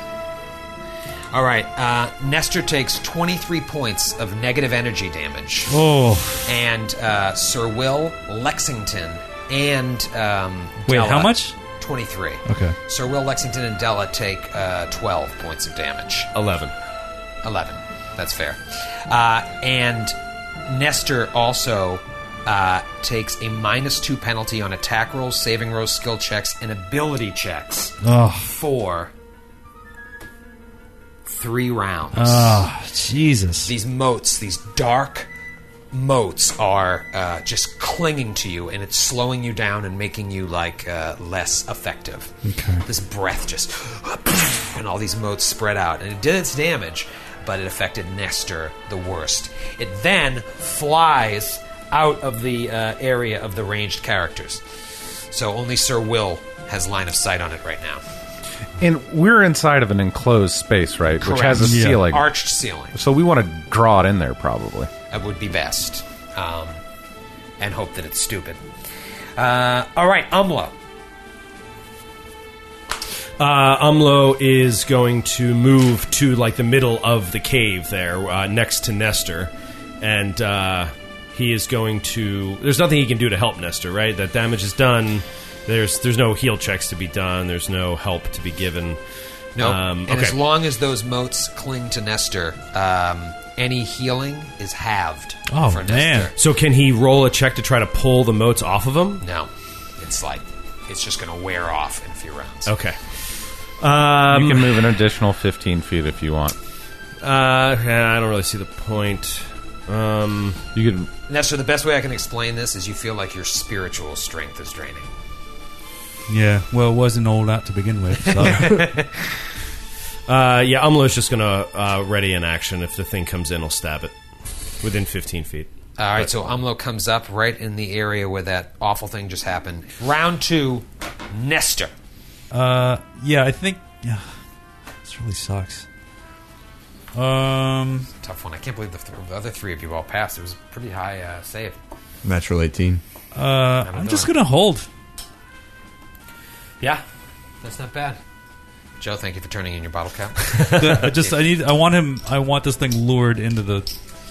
Speaker 3: Damn. all right. Uh, Nestor takes 23 points of negative energy damage.
Speaker 5: Oh,
Speaker 3: And uh, Sir Will, Lexington, and. Um,
Speaker 5: Wait,
Speaker 3: Della,
Speaker 5: how much?
Speaker 3: 23.
Speaker 5: Okay.
Speaker 3: Sir Will, Lexington, and Della take uh, 12 points of damage.
Speaker 7: 11.
Speaker 3: 11. That's fair. Uh, and Nestor also uh, takes a minus two penalty on attack rolls, saving rolls, skill checks, and ability checks for three rounds.
Speaker 5: Ah.
Speaker 8: Ah,
Speaker 5: Jesus.
Speaker 3: These motes, these dark motes, are uh, just clinging to you, and it's slowing you down and making you like uh, less effective. Okay. This breath just, and all these motes spread out, and it did its damage, but it affected Nestor the worst. It then flies out of the uh, area of the ranged characters, so only Sir Will has line of sight on it right now.
Speaker 8: And we're inside of an enclosed space, right? Which has a
Speaker 5: Correct. Yeah.
Speaker 8: ceiling.
Speaker 3: Arched ceiling.
Speaker 8: So we want to draw it in there, probably.
Speaker 3: that uh, would be best, um, and hope that it's stupid. Uh, all right, Umlo.
Speaker 7: Uh, Umlo is going to move to like the middle of the cave there, uh, next to Nestor, and uh, he is going to. There's nothing he can do to help Nestor, right? That damage is done. There's there's no heal checks to be done. There's no help to be given.
Speaker 3: No,
Speaker 7: Um,
Speaker 3: and
Speaker 7: okay.
Speaker 3: as long as those motes cling to Nestor, um, any healing is halved.
Speaker 5: Oh,
Speaker 3: for
Speaker 5: man.
Speaker 3: Nestor.
Speaker 7: So can he roll a check to try to pull the motes off of him?
Speaker 3: No, it's like it's just going to wear off in a few rounds.
Speaker 7: Okay. Um,
Speaker 8: You can move an additional 15 feet if you want.
Speaker 7: uh, I don't really see the point. Um,
Speaker 8: You could.
Speaker 3: Nestor, the best way I can explain this is you feel like your spiritual strength is draining.
Speaker 5: Yeah, well, it wasn't all that to begin with. So.
Speaker 7: Uh, yeah, Umlo's just gonna uh, ready an action. If the thing comes in, I'll stab it within 15 feet.
Speaker 3: All right, so Umlo comes up right in the area where that awful thing just happened. Round two, Nestor.
Speaker 5: Uh, yeah, I think yeah, this really sucks. Um,
Speaker 3: Tough one. I can't believe the, th- the other three of you all passed. It was a pretty high uh, save.
Speaker 4: Natural 18.
Speaker 5: uh, I'm just gonna hold.
Speaker 3: Yeah, that's not bad. Joe, thank you for turning in your bottle cap.
Speaker 5: The- I just I need I want him. I want this thing lured into the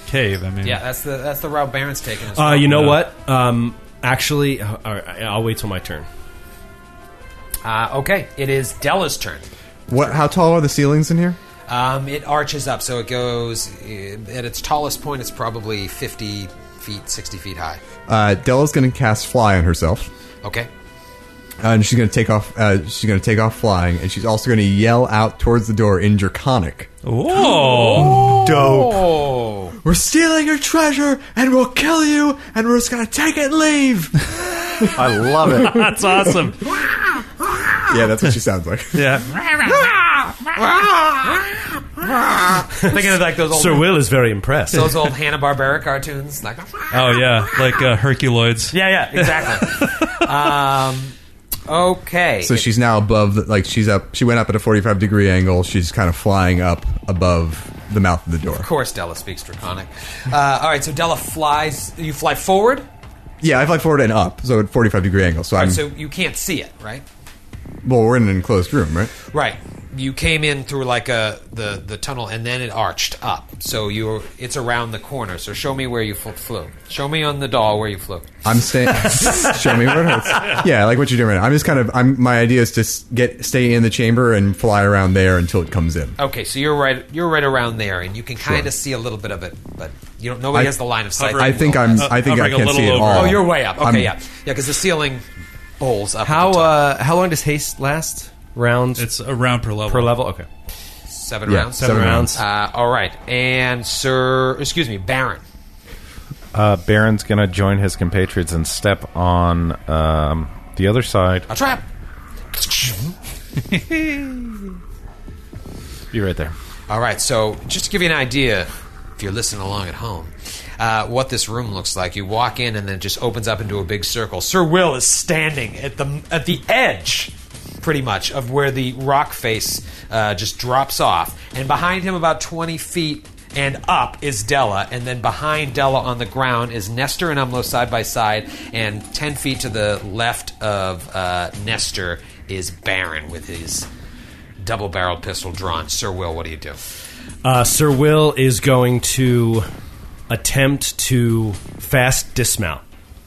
Speaker 5: cave. I mean,
Speaker 3: yeah, that's the that's the route Baron's taking. as
Speaker 7: Uh,
Speaker 3: well.
Speaker 7: you know
Speaker 5: No.
Speaker 7: what? Um, actually, uh, all right, I'll wait till my turn.
Speaker 3: Uh, okay, it is Della's turn.
Speaker 4: What? How tall are the ceilings in here?
Speaker 3: Um, it arches up, so it goes uh, at its tallest point. It's probably fifty feet, sixty feet high.
Speaker 4: Uh, Della's going to cast fly on herself,
Speaker 3: Okay,
Speaker 4: uh, and she's going to take off. Uh, she's going to take off flying, and she's also going to yell out towards the door in Draconic.
Speaker 5: Oh,
Speaker 4: Dope.
Speaker 3: Oh.
Speaker 4: We're stealing your treasure, and we'll kill you, and we're just going to take it, and leave.
Speaker 8: I love it.
Speaker 5: that's awesome.
Speaker 4: yeah, that's what she sounds like.
Speaker 5: Yeah,
Speaker 3: thinking of like those old
Speaker 7: Sir Will is very impressed.
Speaker 3: those old Hanna Barbera cartoons, like
Speaker 5: oh yeah, like uh, Herculoids.
Speaker 3: yeah, yeah, exactly. um, okay,
Speaker 4: So she's now above, the, like she's up. She went up at a forty-five degree angle. She's kind of flying up above the mouth of the door.
Speaker 3: of course Della speaks Draconic. Uh, all right, so Della flies. You fly forward,
Speaker 4: Yeah, I fly forward and up, so at forty-five degree angle. So I'm.
Speaker 3: so you can't see it, right?
Speaker 4: well, we're in an enclosed room, right?
Speaker 3: Right. You came in through like a the the tunnel, and then it arched up. So you were, it's around the corner. So show me where you fl- flew. Show me on the doll where you flew.
Speaker 4: I'm staying. show me where it hurts. Yeah, like what you're doing right now. I'm just kind of. I'm. My idea is to s- get stay in the chamber and fly around there until it comes in.
Speaker 3: Okay, so you're right. You're right around there, and you can kind of see a little bit of it, but you don't. Nobody
Speaker 4: I-
Speaker 3: has the line of sight.
Speaker 4: I think I'm. I think I
Speaker 5: hovering
Speaker 4: can't
Speaker 5: a little
Speaker 4: see it
Speaker 5: over.
Speaker 4: all.
Speaker 3: Oh, you're way up. Okay,
Speaker 4: I'm-
Speaker 3: yeah, yeah, because the ceiling bowls up. at
Speaker 9: How
Speaker 3: the top.
Speaker 9: uh, how long does haste last?
Speaker 7: rounds
Speaker 5: It's a round per level.
Speaker 7: per level? Okay.
Speaker 3: Seven
Speaker 4: Yeah,
Speaker 3: rounds.
Speaker 4: seven Seven rounds.
Speaker 3: Uh, all right, and Sir, excuse me, Baron.
Speaker 8: Uh, Baron's gonna join his compatriots and step on um, the other side.
Speaker 3: A trap.
Speaker 8: Be right there.
Speaker 3: All right, so just to give you an idea, if you're listening along at home, uh, what this room looks like. You walk in, and then it just opens up into a big circle. Sir Will is standing at the at the edge, pretty much, of where the rock face uh, just drops off, and behind him, about twenty feet. And up is Della, and then behind Della on the ground is Nestor and Umlo side by side, and 10 feet to the left of uh, Nestor is Baron with his double barreled pistol drawn. Sir Will, what do you do?
Speaker 7: Uh, Sir Will is going to attempt to fast dismount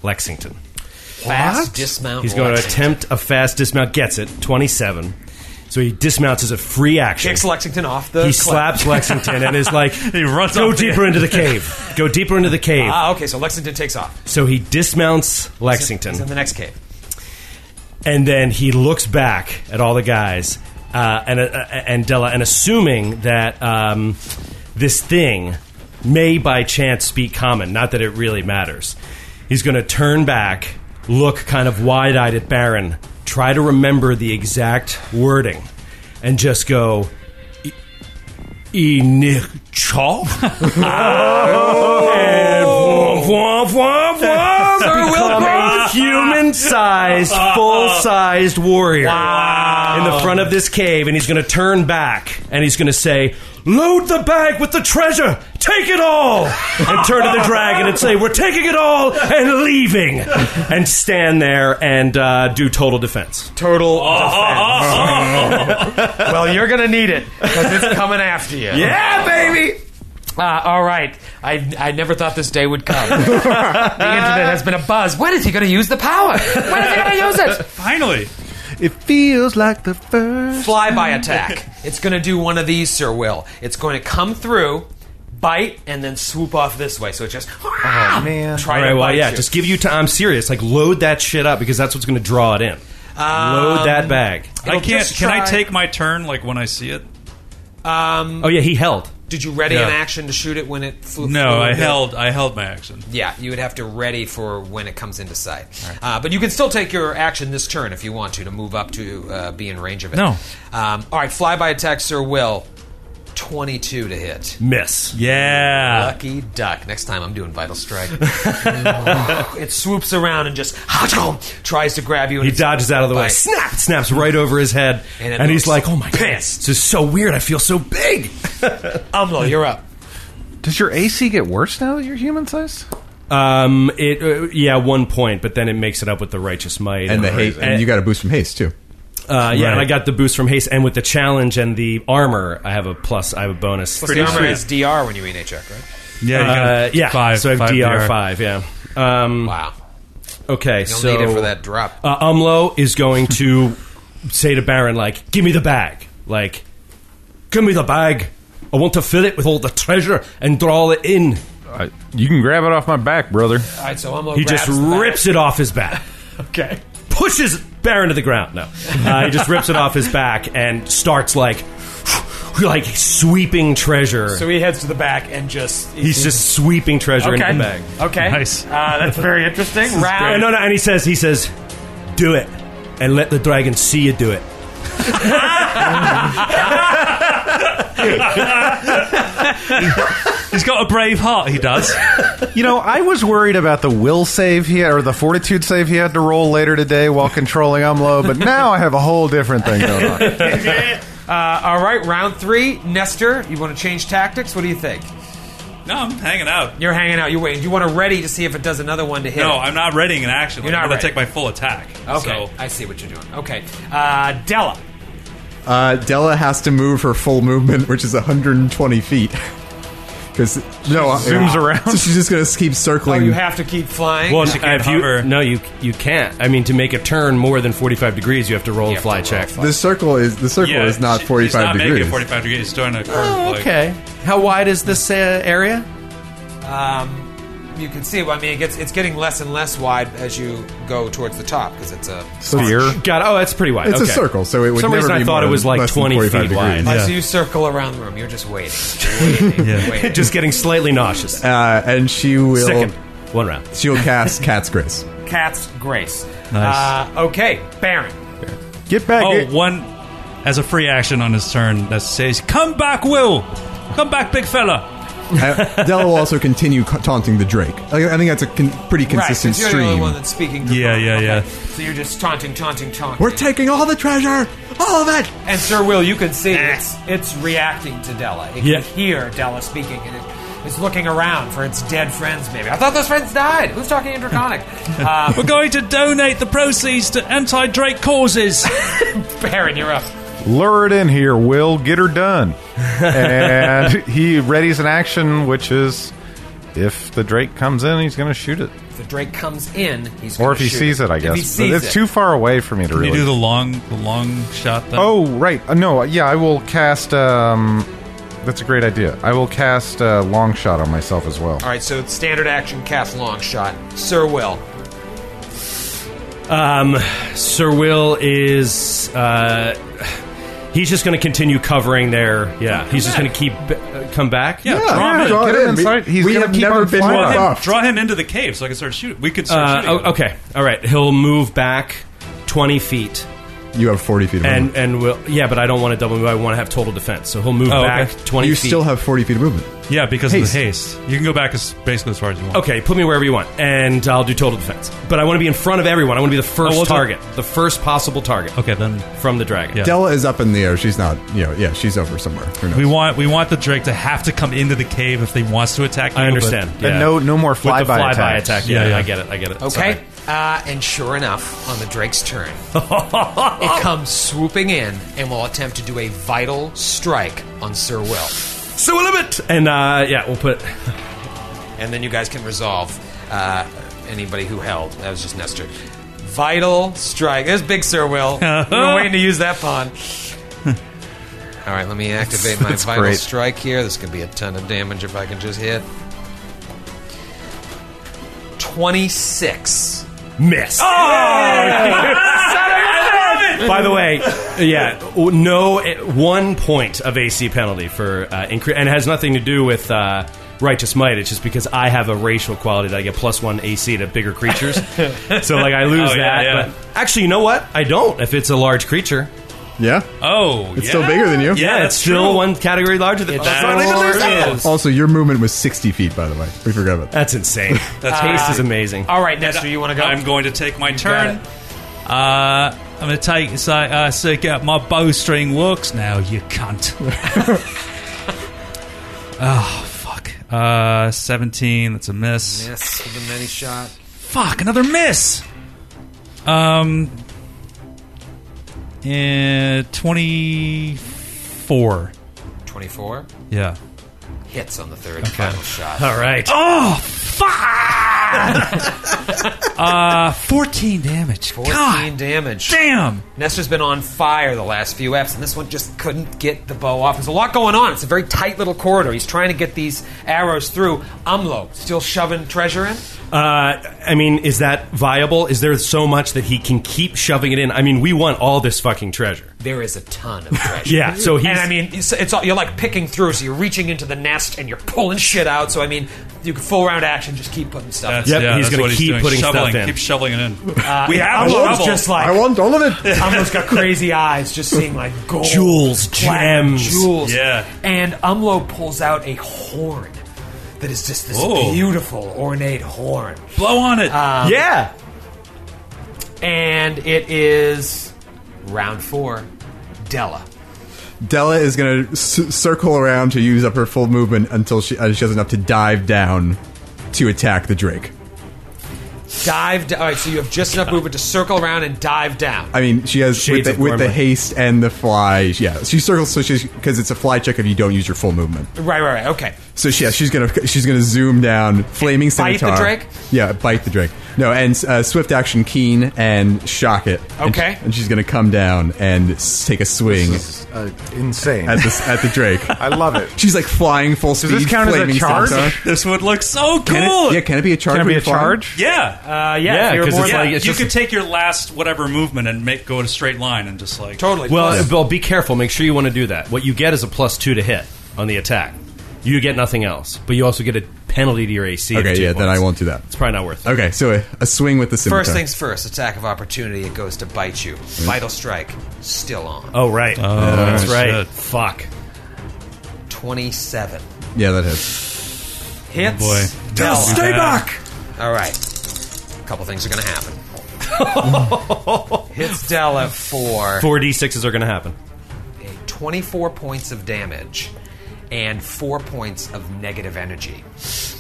Speaker 7: Lexington.
Speaker 3: Fast dismount.
Speaker 7: He's going to
Speaker 3: Lexington.
Speaker 7: attempt a fast dismount. Gets it. 27. So he dismounts as a free action.
Speaker 3: Kicks Lexington off the.
Speaker 7: he
Speaker 3: cliff.
Speaker 7: slaps Lexington and is like,
Speaker 5: He runs
Speaker 7: go
Speaker 5: off the-
Speaker 7: deeper into the cave. Go deeper into the cave.
Speaker 3: Ah, okay. So Lexington takes off.
Speaker 7: So he dismounts
Speaker 3: He's in
Speaker 7: Lexington.
Speaker 3: the next cave.
Speaker 7: And then he looks back at all the guys uh, and, uh, and Della, and assuming that um, this thing may by chance speak common, not that it really matters, he's going to turn back, look kind of wide eyed at Baron, try to remember the exact wording, and just go, "E-, Inichal? and vroom, vroom, vroom, vroom, become a human-sized, full-sized warrior in the front of this cave, and he's going to turn back and he's going to say, "Load the bag with the treasure, take it all," and turn to the dragon and say, "We're taking it all and leaving," and stand there and uh, do total defense.
Speaker 3: Total.
Speaker 7: Oh,
Speaker 3: well, you're gonna need it because it's coming after you.
Speaker 7: Yeah, baby.
Speaker 3: Uh, all right. I, I never thought this day would come. the internet has been a buzz. When is he gonna use the power? When is he gonna use it?
Speaker 5: Finally.
Speaker 8: It feels like the first.
Speaker 3: flyby attack. It's going to do one of these, Sir Will. It's going to come through, bite, and then swoop off this way. So it just
Speaker 8: man.
Speaker 3: try
Speaker 7: All right,
Speaker 3: to
Speaker 7: well,
Speaker 3: bite
Speaker 7: yeah,
Speaker 3: you.
Speaker 7: just give you time. I'm serious. Like, load that shit up because that's what's going to draw it in. load that bag.
Speaker 5: I can't.
Speaker 3: just
Speaker 5: Can I
Speaker 3: try-
Speaker 5: take my turn like when I see it?
Speaker 7: Oh, yeah, he held.
Speaker 3: Did you ready
Speaker 5: Yeah.
Speaker 3: an action to shoot it when it flew?
Speaker 5: No,
Speaker 3: flew
Speaker 5: I
Speaker 3: into-
Speaker 5: held. I held my action.
Speaker 3: Yeah, you would have to ready for when it comes into sight. Uh, but you can still take your action this turn if you want to to move up to uh, be in range of it.
Speaker 5: No.
Speaker 3: Um, all right, flyby attack, Sir Will. 22 to hit.
Speaker 7: Miss. Uh,
Speaker 5: Yeah.
Speaker 3: Lucky duck. Next time I'm doing Vital Strike. Oh, it swoops around and just tries to grab you. And
Speaker 7: He
Speaker 3: it's-
Speaker 7: dodges out of the way.
Speaker 3: Bite.
Speaker 7: Snap! It snaps right over his head.
Speaker 3: And
Speaker 7: And,
Speaker 3: it
Speaker 7: he's
Speaker 3: looks
Speaker 7: like, oh my god,
Speaker 3: pissed.
Speaker 7: this is so weird. I feel so big.
Speaker 3: Umlo, Oh, you're up.
Speaker 8: Does your AC get worse now that you're human sized?
Speaker 7: Um, it, uh, yeah, one point, but then it makes it up with the righteous might.
Speaker 4: and the haste, and you got a boost from haste too.
Speaker 7: Uh, yeah,
Speaker 5: Right.
Speaker 7: and I got the boost from haste, and with the challenge and the armor, I have a plus. I have a bonus.
Speaker 3: Plus the armor is DR when you eat check, right?
Speaker 5: Yeah. you
Speaker 7: Uh,
Speaker 5: got
Speaker 7: yeah,
Speaker 5: Five.
Speaker 7: so I have
Speaker 5: five
Speaker 7: DR, five. Yeah. Um,
Speaker 3: Wow.
Speaker 7: Okay,
Speaker 3: You'll
Speaker 7: so
Speaker 3: need it for that drop.
Speaker 7: uh, Umlo is going to say to Baron, like, give me the bag. Like, give me the bag. I want to fill it with all the treasure and draw it in.
Speaker 8: I, you can grab it off my back, brother.
Speaker 3: All right, so Umlo
Speaker 7: He
Speaker 3: grabs
Speaker 7: just
Speaker 3: the back.
Speaker 7: rips it off his back. okay. Pushes Baron to the ground. No. Uh, he just rips it off his back and starts, like, like sweeping treasure.
Speaker 2: So he heads to the back and just.
Speaker 7: He's just sweeping treasure
Speaker 2: Okay.
Speaker 7: into the bag.
Speaker 2: Okay.
Speaker 5: Nice.
Speaker 2: Uh, that's very interesting.
Speaker 7: Uh,
Speaker 2: Round.
Speaker 7: no, no, and he says, he says, do it, and let the dragon see you do it.
Speaker 5: He's got a brave heart. He does.
Speaker 8: You know, I was worried about the will save he or the fortitude save he had to roll later today while controlling Umlo, but now I have a whole different thing going on.
Speaker 3: Uh, all right, round three. Nestor, you want to change tactics? What do you think?
Speaker 5: no, I'm hanging out.
Speaker 3: You're hanging out. You're waiting. You want to ready to see if it does another one to hit.
Speaker 5: No,
Speaker 3: it.
Speaker 5: Oh, I'm not readying an action.
Speaker 3: You're
Speaker 5: Like,
Speaker 3: not
Speaker 5: I'm gonna
Speaker 3: ready.
Speaker 5: take my full attack.
Speaker 3: Okay,
Speaker 5: So,
Speaker 3: I see what you're doing. Okay, uh, Della.
Speaker 4: Uh, Della has to move her full movement, which is 120 feet. Because no, uh,
Speaker 8: zooms around.
Speaker 4: So she's just gonna keep circling.
Speaker 3: Oh,
Speaker 7: Oh,
Speaker 3: You have to keep flying.
Speaker 7: Well,
Speaker 5: she can't
Speaker 7: if you-
Speaker 5: hover.
Speaker 7: no, you you can't. I mean, to make a turn more than forty five degrees, you have to roll a
Speaker 3: have
Speaker 7: fly
Speaker 3: to roll
Speaker 7: check.
Speaker 4: the circle is the circle
Speaker 5: yeah,
Speaker 4: is not
Speaker 5: she-
Speaker 4: 45
Speaker 5: she's not
Speaker 4: degrees.
Speaker 5: Making it 45 Oh, degrees. It's doing a curve. like-
Speaker 7: How wide is this uh, area?
Speaker 3: Um, you can see. I mean, it gets it's getting less and less wide as you go towards the top because it's a
Speaker 8: Sphere.
Speaker 7: God, oh, that's pretty wide.
Speaker 4: It's a
Speaker 7: Okay.
Speaker 4: circle, so it would
Speaker 7: For some
Speaker 4: never
Speaker 7: reason
Speaker 4: be
Speaker 7: I thought
Speaker 4: more
Speaker 7: it was
Speaker 4: than-
Speaker 7: like
Speaker 4: less than
Speaker 7: 20
Speaker 4: 45
Speaker 7: feet wide.
Speaker 4: degrees.
Speaker 3: As
Speaker 7: Yeah.
Speaker 3: Oh, you circle around the room, you're just waiting, waiting, waiting.
Speaker 7: Just getting slightly nauseous.
Speaker 4: Uh, and she will.
Speaker 7: Second, one round.
Speaker 4: She'll cast Cat's Grace.
Speaker 3: Cat's grace.
Speaker 5: Nice.
Speaker 3: Uh, okay, Baron.
Speaker 4: Get back.
Speaker 5: Oh,
Speaker 4: here.
Speaker 5: one as a free action on his turn that says, "Come back, Will! Come back, big fella!"
Speaker 4: Uh, Della will also continue ca- taunting the Drake. I, I think that's a con- pretty consistent
Speaker 3: right, 'cause you're the
Speaker 4: stream.
Speaker 3: only one that's speaking. to
Speaker 5: Yeah,
Speaker 3: Ron.
Speaker 5: yeah, yeah.
Speaker 3: Okay, So you're just taunting, taunting, taunting.
Speaker 4: We're taking all the treasure, all of it.
Speaker 3: and Sir Will, you can see it's, it's reacting to Della. It
Speaker 5: Yeah.
Speaker 3: can hear Della speaking, and it, it's looking around for its dead friends. Maybe I thought those friends died. Who's talking in Draconic? uh,
Speaker 5: We're going to donate the proceeds to anti-Drake causes.
Speaker 3: Baron, you're up.
Speaker 8: Lure it in here, Will. Get her done. and he readies an action, which is if the Drake comes in, he's going to shoot it.
Speaker 3: If the Drake comes in, he's
Speaker 8: Or
Speaker 3: gonna
Speaker 8: if he
Speaker 3: shoot
Speaker 8: sees it, I
Speaker 3: If
Speaker 8: guess.
Speaker 3: he sees
Speaker 8: it's
Speaker 3: it.
Speaker 8: too far away for me to really.
Speaker 5: You do the long, the long shot. Thing.
Speaker 8: oh, right. Uh, No, yeah, I will cast. Um, that's a great idea. I will cast uh, long shot on myself as well.
Speaker 3: All right, so it's standard action cast long shot. Sir Will,
Speaker 7: Um, Sir Will is. Uh, he's just going to continue covering there. Yeah, he's just going to keep uh, come back.
Speaker 5: Yeah,
Speaker 4: Yeah,
Speaker 5: draw him in.
Speaker 4: draw
Speaker 8: Get
Speaker 4: it
Speaker 8: him
Speaker 4: in.
Speaker 8: inside. He's
Speaker 4: we
Speaker 8: gonna
Speaker 4: have
Speaker 8: keep
Speaker 4: never
Speaker 8: on
Speaker 4: been
Speaker 8: flying.
Speaker 4: more
Speaker 5: Draw him-
Speaker 4: buffed.
Speaker 5: draw him into the cave so I can start shooting. We could start
Speaker 7: Uh,
Speaker 5: shooting. at
Speaker 7: o-
Speaker 5: him.
Speaker 7: okay. All right. He'll move back twenty feet,
Speaker 4: You have forty feet. Of
Speaker 7: and
Speaker 4: movement.
Speaker 7: and will yeah, but I don't want to double move. I want to have total defense, so he'll move
Speaker 5: Oh,
Speaker 7: back
Speaker 5: okay.
Speaker 7: twenty.
Speaker 4: you
Speaker 7: feet.
Speaker 4: still have forty feet of movement.
Speaker 5: Yeah, because of
Speaker 4: Haste.
Speaker 5: the haste, you can go back as basically as far as you want.
Speaker 7: Okay, put me wherever you want, and I'll do total defense. But I want to be in front of everyone. I want to be the first
Speaker 5: Oh, we'll do-
Speaker 7: target, the first possible target
Speaker 5: Okay, then
Speaker 7: from the dragon.
Speaker 5: Yeah.
Speaker 4: Della is up in the air. She's not. You know, yeah, she's over somewhere. Who knows?
Speaker 5: we want we want the Drake to have to come into the cave if they wants to attack. You,
Speaker 7: I
Speaker 5: but-
Speaker 7: understand.
Speaker 8: And no, no more
Speaker 7: With
Speaker 8: flyby
Speaker 7: the flyby
Speaker 8: attacks.
Speaker 7: attack. Yeah,
Speaker 5: Yeah, yeah.
Speaker 7: I get it. I get it. Sorry.
Speaker 3: okay, uh, and sure enough, on the Drake's turn, it comes swooping in and will attempt to do a vital strike on Sir Will.
Speaker 7: So a limit, and uh, yeah, we'll put.
Speaker 3: and then you guys can resolve uh, anybody who held. That was just Nestor. Vital strike. There's Big Sir Will. we were waiting to use that pawn. All right, let me activate my vital
Speaker 8: great.
Speaker 3: strike here. This could be a ton of damage if I can just hit. 26.
Speaker 7: Miss. Oh, By the way, yeah, w- no eh, one point of AC penalty for uh, incre- and it has nothing to do with uh, righteous might. It's just because I have a racial quality that I get plus one AC to bigger creatures, so like I lose
Speaker 5: Oh, yeah,
Speaker 7: that.
Speaker 5: yeah.
Speaker 7: But actually, you know what? I don't. If it's a large creature,
Speaker 4: yeah,
Speaker 5: Oh,
Speaker 4: it's still bigger than you.
Speaker 7: yeah, it's
Speaker 5: that's
Speaker 7: still
Speaker 5: true.
Speaker 7: one category larger than.
Speaker 5: That's
Speaker 7: Oh,
Speaker 5: what it
Speaker 7: yeah.
Speaker 5: is.
Speaker 4: Also, your movement was sixty feet. By the way, we forgot about that.
Speaker 7: That's insane. That taste is amazing.
Speaker 3: All right, Nestor, you want to go?
Speaker 5: I'm going to take my
Speaker 3: got
Speaker 5: turn. Uh, I'm going to take so uh, so get my bowstring works now. You cunt. oh fuck. Uh, seventeen. That's a miss.
Speaker 3: Yes, with the many shot.
Speaker 5: Fuck, another miss. Um, eh, twenty-four.
Speaker 3: 24.
Speaker 5: Yeah.
Speaker 3: Hits on the third and final shot.
Speaker 7: All right.
Speaker 5: Oh fuck! uh, fourteen damage.
Speaker 3: 14
Speaker 5: God
Speaker 3: damage.
Speaker 5: damn.
Speaker 3: Nestor's been on fire the last few eps, and this one just couldn't get the bow off. There's a lot going on. It's a very tight little corridor. He's trying to get these arrows through. Umlo still shoving treasure in.
Speaker 7: Uh, I mean, is that viable? Is there so much that he can keep shoving it in? I mean, we want all this fucking treasure.
Speaker 3: There is a ton of treasure.
Speaker 7: Yeah, so he's-
Speaker 3: and I mean, it's, it's all, you're like picking through, so you're reaching into the nest and you're pulling shit out. So I mean, you can full round action, just keep putting stuff. in.
Speaker 5: That's,
Speaker 7: Yep, he's
Speaker 5: that's
Speaker 7: gonna
Speaker 5: what
Speaker 7: keep
Speaker 5: doing.
Speaker 7: putting stuff
Speaker 5: shoveling,
Speaker 7: in.
Speaker 5: Keep shoveling it in.
Speaker 3: Uh,
Speaker 5: we have
Speaker 3: Umlo's
Speaker 5: a shovel.
Speaker 3: just like
Speaker 4: I want all of it.
Speaker 3: Umlo's got crazy eyes, just seeing like gold,
Speaker 7: Jewels,
Speaker 3: platinum,
Speaker 7: gems.
Speaker 3: jewels.
Speaker 5: Yeah.
Speaker 3: And Umlo pulls out a horn that is just this
Speaker 5: Whoa.
Speaker 3: beautiful, ornate horn.
Speaker 5: blow on it.
Speaker 7: yeah.
Speaker 3: and it is round four, Della.
Speaker 4: Della is going to c- circle around to use up her full movement until she uh, she has enough to dive down to attack the Drake.
Speaker 3: dive down. All right, so you have just enough movement to circle around and dive down.
Speaker 4: I mean, she has
Speaker 7: Shades
Speaker 4: with
Speaker 7: of
Speaker 4: the, with the
Speaker 7: Gormley.
Speaker 4: haste and the fly. Yeah, she circles so she's because it's a fly check if you don't use your full movement.
Speaker 3: Right, right, right. Okay.
Speaker 4: So yeah, she's gonna she's gonna zoom down, flaming
Speaker 3: Bite the
Speaker 4: scimitar.
Speaker 3: drake?
Speaker 4: Yeah, bite the drake. No, and uh, swift action, keen, and shock it. And-
Speaker 3: Okay.
Speaker 4: and she's gonna come down and s- take a swing
Speaker 10: This is, uh, insane.
Speaker 4: at the at the drake.
Speaker 10: I love it.
Speaker 4: She's like flying full speed.
Speaker 10: this count as a
Speaker 4: flaming
Speaker 10: charge?
Speaker 4: scimitar.
Speaker 5: This would look so cool.
Speaker 4: Can it, yeah, can it be a charge?
Speaker 10: Can it be
Speaker 4: when
Speaker 10: a
Speaker 4: you fly?
Speaker 10: charge?
Speaker 5: yeah.
Speaker 9: Uh, yeah,
Speaker 7: Yeah,
Speaker 9: if you're
Speaker 7: 'cause
Speaker 9: more
Speaker 7: it's
Speaker 5: Yeah,
Speaker 7: like-
Speaker 5: you
Speaker 7: just
Speaker 5: could
Speaker 7: a-
Speaker 5: take your last whatever movement and make go in a straight line and just like
Speaker 3: Totally.
Speaker 7: Well,
Speaker 3: Plus-
Speaker 7: Uh, well, be careful. Make sure you want to do that. What you get is a plus two to hit on the attack. You get nothing else, but you also get a penalty to your AC. of
Speaker 4: Okay,
Speaker 7: two
Speaker 4: yeah, then I
Speaker 7: points.
Speaker 4: won't do that.
Speaker 7: It's probably not worth it.
Speaker 4: Okay, so a, a swing with the scimitar.
Speaker 3: first things first, attack of opportunity. It goes to bite you. Vital strike, still on.
Speaker 7: Oh right, that's right.
Speaker 5: shit.
Speaker 7: Fuck.
Speaker 3: 27.
Speaker 4: Yeah, that hits.
Speaker 7: Oh,
Speaker 3: Hits.
Speaker 5: boy.
Speaker 3: Del-
Speaker 5: Stay back.
Speaker 3: All right. A couple things are going to happen. Hits Dell at four.
Speaker 7: Four d sixes are going to happen.
Speaker 3: 24 points of damage and four points of negative energy.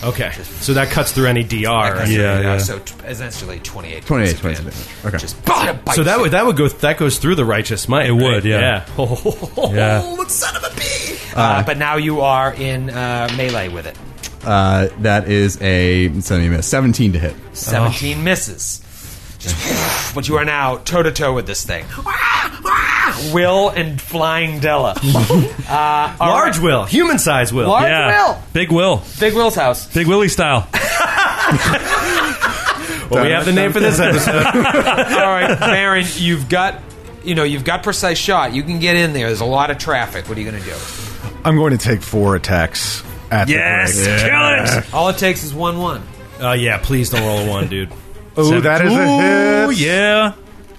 Speaker 7: Okay, so that cuts through any dr.
Speaker 3: Because,
Speaker 5: yeah,
Speaker 3: you know,
Speaker 5: yeah.
Speaker 3: So t- essentially 28.
Speaker 4: 28
Speaker 3: points of
Speaker 4: points of
Speaker 3: damage.
Speaker 4: damage. Okay.
Speaker 3: Just bada bite
Speaker 7: So that
Speaker 3: you.
Speaker 7: would that would go that goes through the righteous might.
Speaker 5: It would,
Speaker 7: right?
Speaker 5: yeah.
Speaker 7: Oh, yeah.
Speaker 3: Oh,
Speaker 5: Yeah.
Speaker 3: Uh, but now you are in uh, melee with it.
Speaker 4: Uh, that is a it's not even a seventeen to hit.
Speaker 3: 17 misses. Just, but you are now toe to toe with this thing. Will and Flying Della. Uh, all
Speaker 7: Large
Speaker 3: right.
Speaker 7: will, human size will.
Speaker 3: Large
Speaker 5: Yeah.
Speaker 3: Will.
Speaker 5: Big Will.
Speaker 3: Big Will's house.
Speaker 5: Big Willie style.
Speaker 7: Well, we have the name for this episode.
Speaker 3: All right, Baron, you've got you know you've got precise shot. You can get in there. There's a lot of traffic. What are you going to do?
Speaker 10: I'm going to take four attacks at
Speaker 5: Yes,
Speaker 10: the break.
Speaker 5: kill it.
Speaker 3: All it takes is one one.
Speaker 7: Oh
Speaker 5: Uh,
Speaker 7: yeah, please don't roll a one, dude.
Speaker 10: Oh, that is a
Speaker 5: Ooh,
Speaker 10: hit.
Speaker 5: yeah.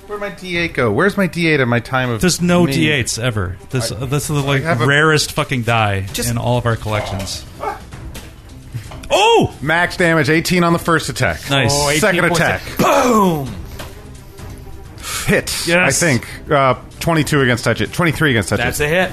Speaker 10: Where'd my D8 go? Where's my D8 at my time of
Speaker 5: There's no
Speaker 10: need?
Speaker 5: d8s ever. This this is the like
Speaker 10: have a-
Speaker 5: rarest fucking die in all of our collections. Oh,
Speaker 10: Max damage, 18 on the first attack.
Speaker 5: Nice. Oh, 18
Speaker 10: Second
Speaker 3: points.
Speaker 10: attack. Boom! Hit. I
Speaker 5: Yes.
Speaker 10: think. Uh, 22 against touch it. 23 against touch
Speaker 3: That's
Speaker 10: it.
Speaker 3: a hit.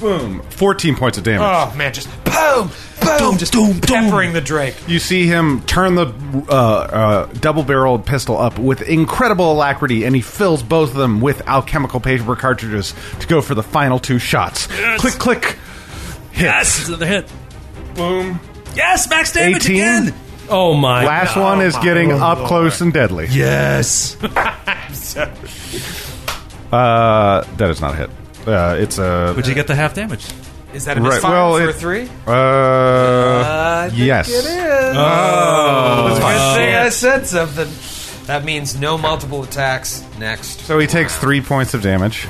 Speaker 10: Boom. 14 points of damage.
Speaker 3: Oh man, just boom, boom, just peppering the Drake.
Speaker 10: You see him turn the uh, uh, double barreled pistol up with incredible alacrity, and he fills both of them with alchemical paper cartridges to go for the final two shots. Click, click. Hit.
Speaker 5: yes, it's another hit. Boom. Yes, max damage
Speaker 10: 18?
Speaker 5: again.
Speaker 7: Oh my.
Speaker 10: Last one is getting up close and deadly.
Speaker 5: Yes.
Speaker 10: Uh, that is not a hit. Uh, it's a.
Speaker 5: Would you get the half damage?
Speaker 3: Is that a
Speaker 10: Right,
Speaker 3: misfire
Speaker 10: well,
Speaker 3: for
Speaker 10: it-
Speaker 3: three?
Speaker 10: Uh, yes.
Speaker 5: Oh.
Speaker 3: Good thing I said something. That means no multiple attacks. Next, uh,
Speaker 10: So he takes three points of damage.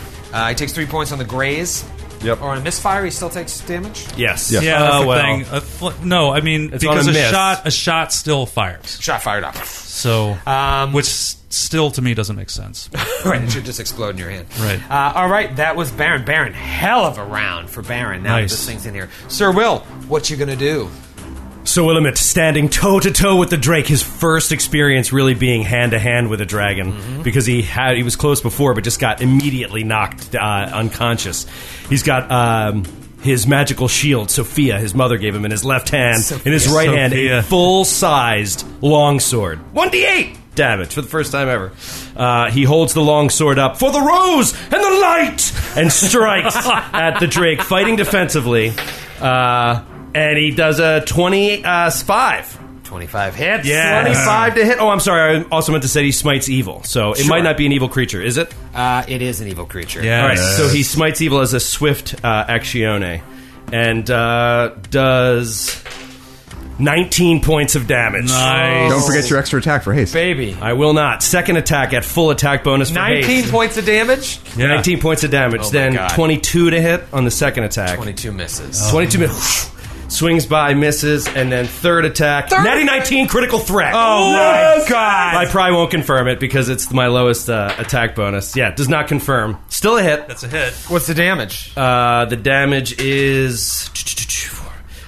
Speaker 3: he takes three points on the graze.
Speaker 10: Yep.
Speaker 3: Or on a misfire, he still takes damage.
Speaker 7: Yes.
Speaker 5: Yeah, that's
Speaker 7: Oh,
Speaker 5: the
Speaker 7: well.
Speaker 5: thing. A fl- no, I mean
Speaker 7: It's
Speaker 5: because
Speaker 7: on
Speaker 5: a,
Speaker 7: a miss.
Speaker 5: shot a shot still fires.
Speaker 3: Shot fired up.
Speaker 5: So,
Speaker 3: Um,
Speaker 5: which s- still to me doesn't make sense.
Speaker 3: Right, it should just explode in your hand.
Speaker 5: Right.
Speaker 3: Uh, all right, that was Baron. Baron, hell of a round for Baron. Now
Speaker 5: Nice.
Speaker 3: that this thing's in here, Sir Will, what you gonna do?
Speaker 7: So Willamette standing toe to toe with the Drake, his first experience really being hand to hand with a dragon
Speaker 5: Mm-hmm.
Speaker 7: because he had he was close before but just got immediately knocked uh, unconscious. He's got um, his magical shield, Sophia, his mother gave him in his left hand, in his right hand, a
Speaker 5: Sophia.
Speaker 7: full-sized longsword. 1d8 damage for the first time ever. Uh, he holds the longsword up for the rose and the light and strikes at the Drake, fighting defensively. Uh, and he does a 25. Uh, five.
Speaker 3: Twenty-five hits.
Speaker 7: 25 to hit. Oh, I'm sorry. I also meant to say he smites evil. So it might not be an evil creature, is it?
Speaker 3: Uh, it is an evil creature.
Speaker 5: Yeah.
Speaker 7: All right. So he smites evil as a swift uh, actione and uh, does 19 points of damage.
Speaker 3: Oh.
Speaker 5: Nice.
Speaker 4: Don't forget your extra attack for haste.
Speaker 3: baby.
Speaker 7: I will not. Second attack at full attack bonus for
Speaker 3: Nineteen
Speaker 7: haste.
Speaker 3: points of damage.
Speaker 5: Yeah.
Speaker 7: 19 points of damage.
Speaker 3: my
Speaker 7: then
Speaker 3: God.
Speaker 7: 22 to hit on the second attack.
Speaker 3: Twenty-two misses.
Speaker 5: Oh.
Speaker 7: 22 minutes. Swings by, misses, and then third attack. Natty 19, critical threat. Oh, my God. I probably won't confirm it because it's my lowest uh, attack bonus. Yeah, does not confirm. Still a hit.
Speaker 5: That's a hit.
Speaker 3: What's the damage?
Speaker 7: Uh, the damage is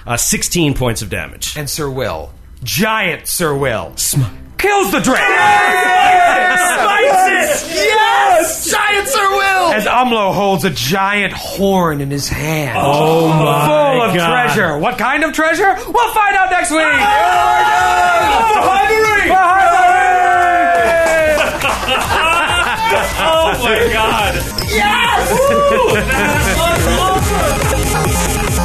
Speaker 7: uh, 16 points of damage.
Speaker 3: and Sir Will, giant Sir Will, kills the drake.
Speaker 7: Smites it! Yes! Giant Sir Will!
Speaker 3: As Umlo holds a giant horn in his hand.
Speaker 7: Oh, my
Speaker 3: full of
Speaker 7: God. Oh
Speaker 3: treasure. What kind of treasure? We'll find out next week.
Speaker 7: Oh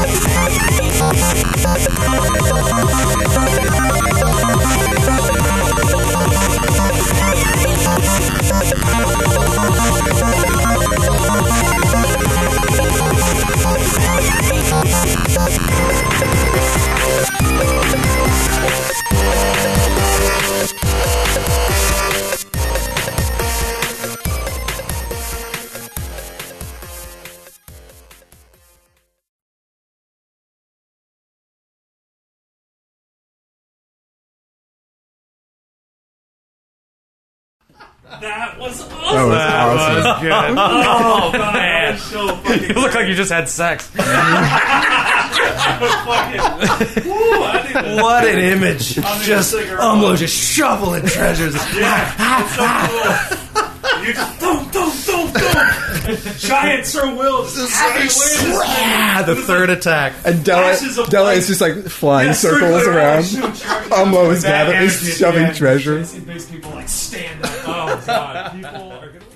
Speaker 5: That was awesome.
Speaker 4: was awesome.
Speaker 7: Oh,
Speaker 5: oh
Speaker 11: Oh,
Speaker 5: man,
Speaker 11: man.
Speaker 5: was so fucking.
Speaker 11: You look like you just had sex.
Speaker 5: fucking Woo, I didn't even-
Speaker 7: What an image!
Speaker 5: I'll do a
Speaker 7: Just
Speaker 5: cigarette.
Speaker 7: Umlo just shoveling treasures.
Speaker 5: Yeah,
Speaker 7: Ah,
Speaker 5: it's so cool. You just thump, thump, thump, thump. Giant Sir Will just hacking away at this thing.
Speaker 7: ah, the third attack.
Speaker 4: And Della,
Speaker 5: Ashes of
Speaker 4: Della
Speaker 5: light.
Speaker 4: is just like flying
Speaker 5: Yeah,
Speaker 4: circles
Speaker 5: circular
Speaker 4: around.
Speaker 5: shoot, shoot.
Speaker 4: Umlo is
Speaker 5: That
Speaker 4: gathering,
Speaker 5: energy at the
Speaker 4: shoving
Speaker 5: end.
Speaker 4: treasure.
Speaker 5: It makes people like stand up. Oh god, people are gonna.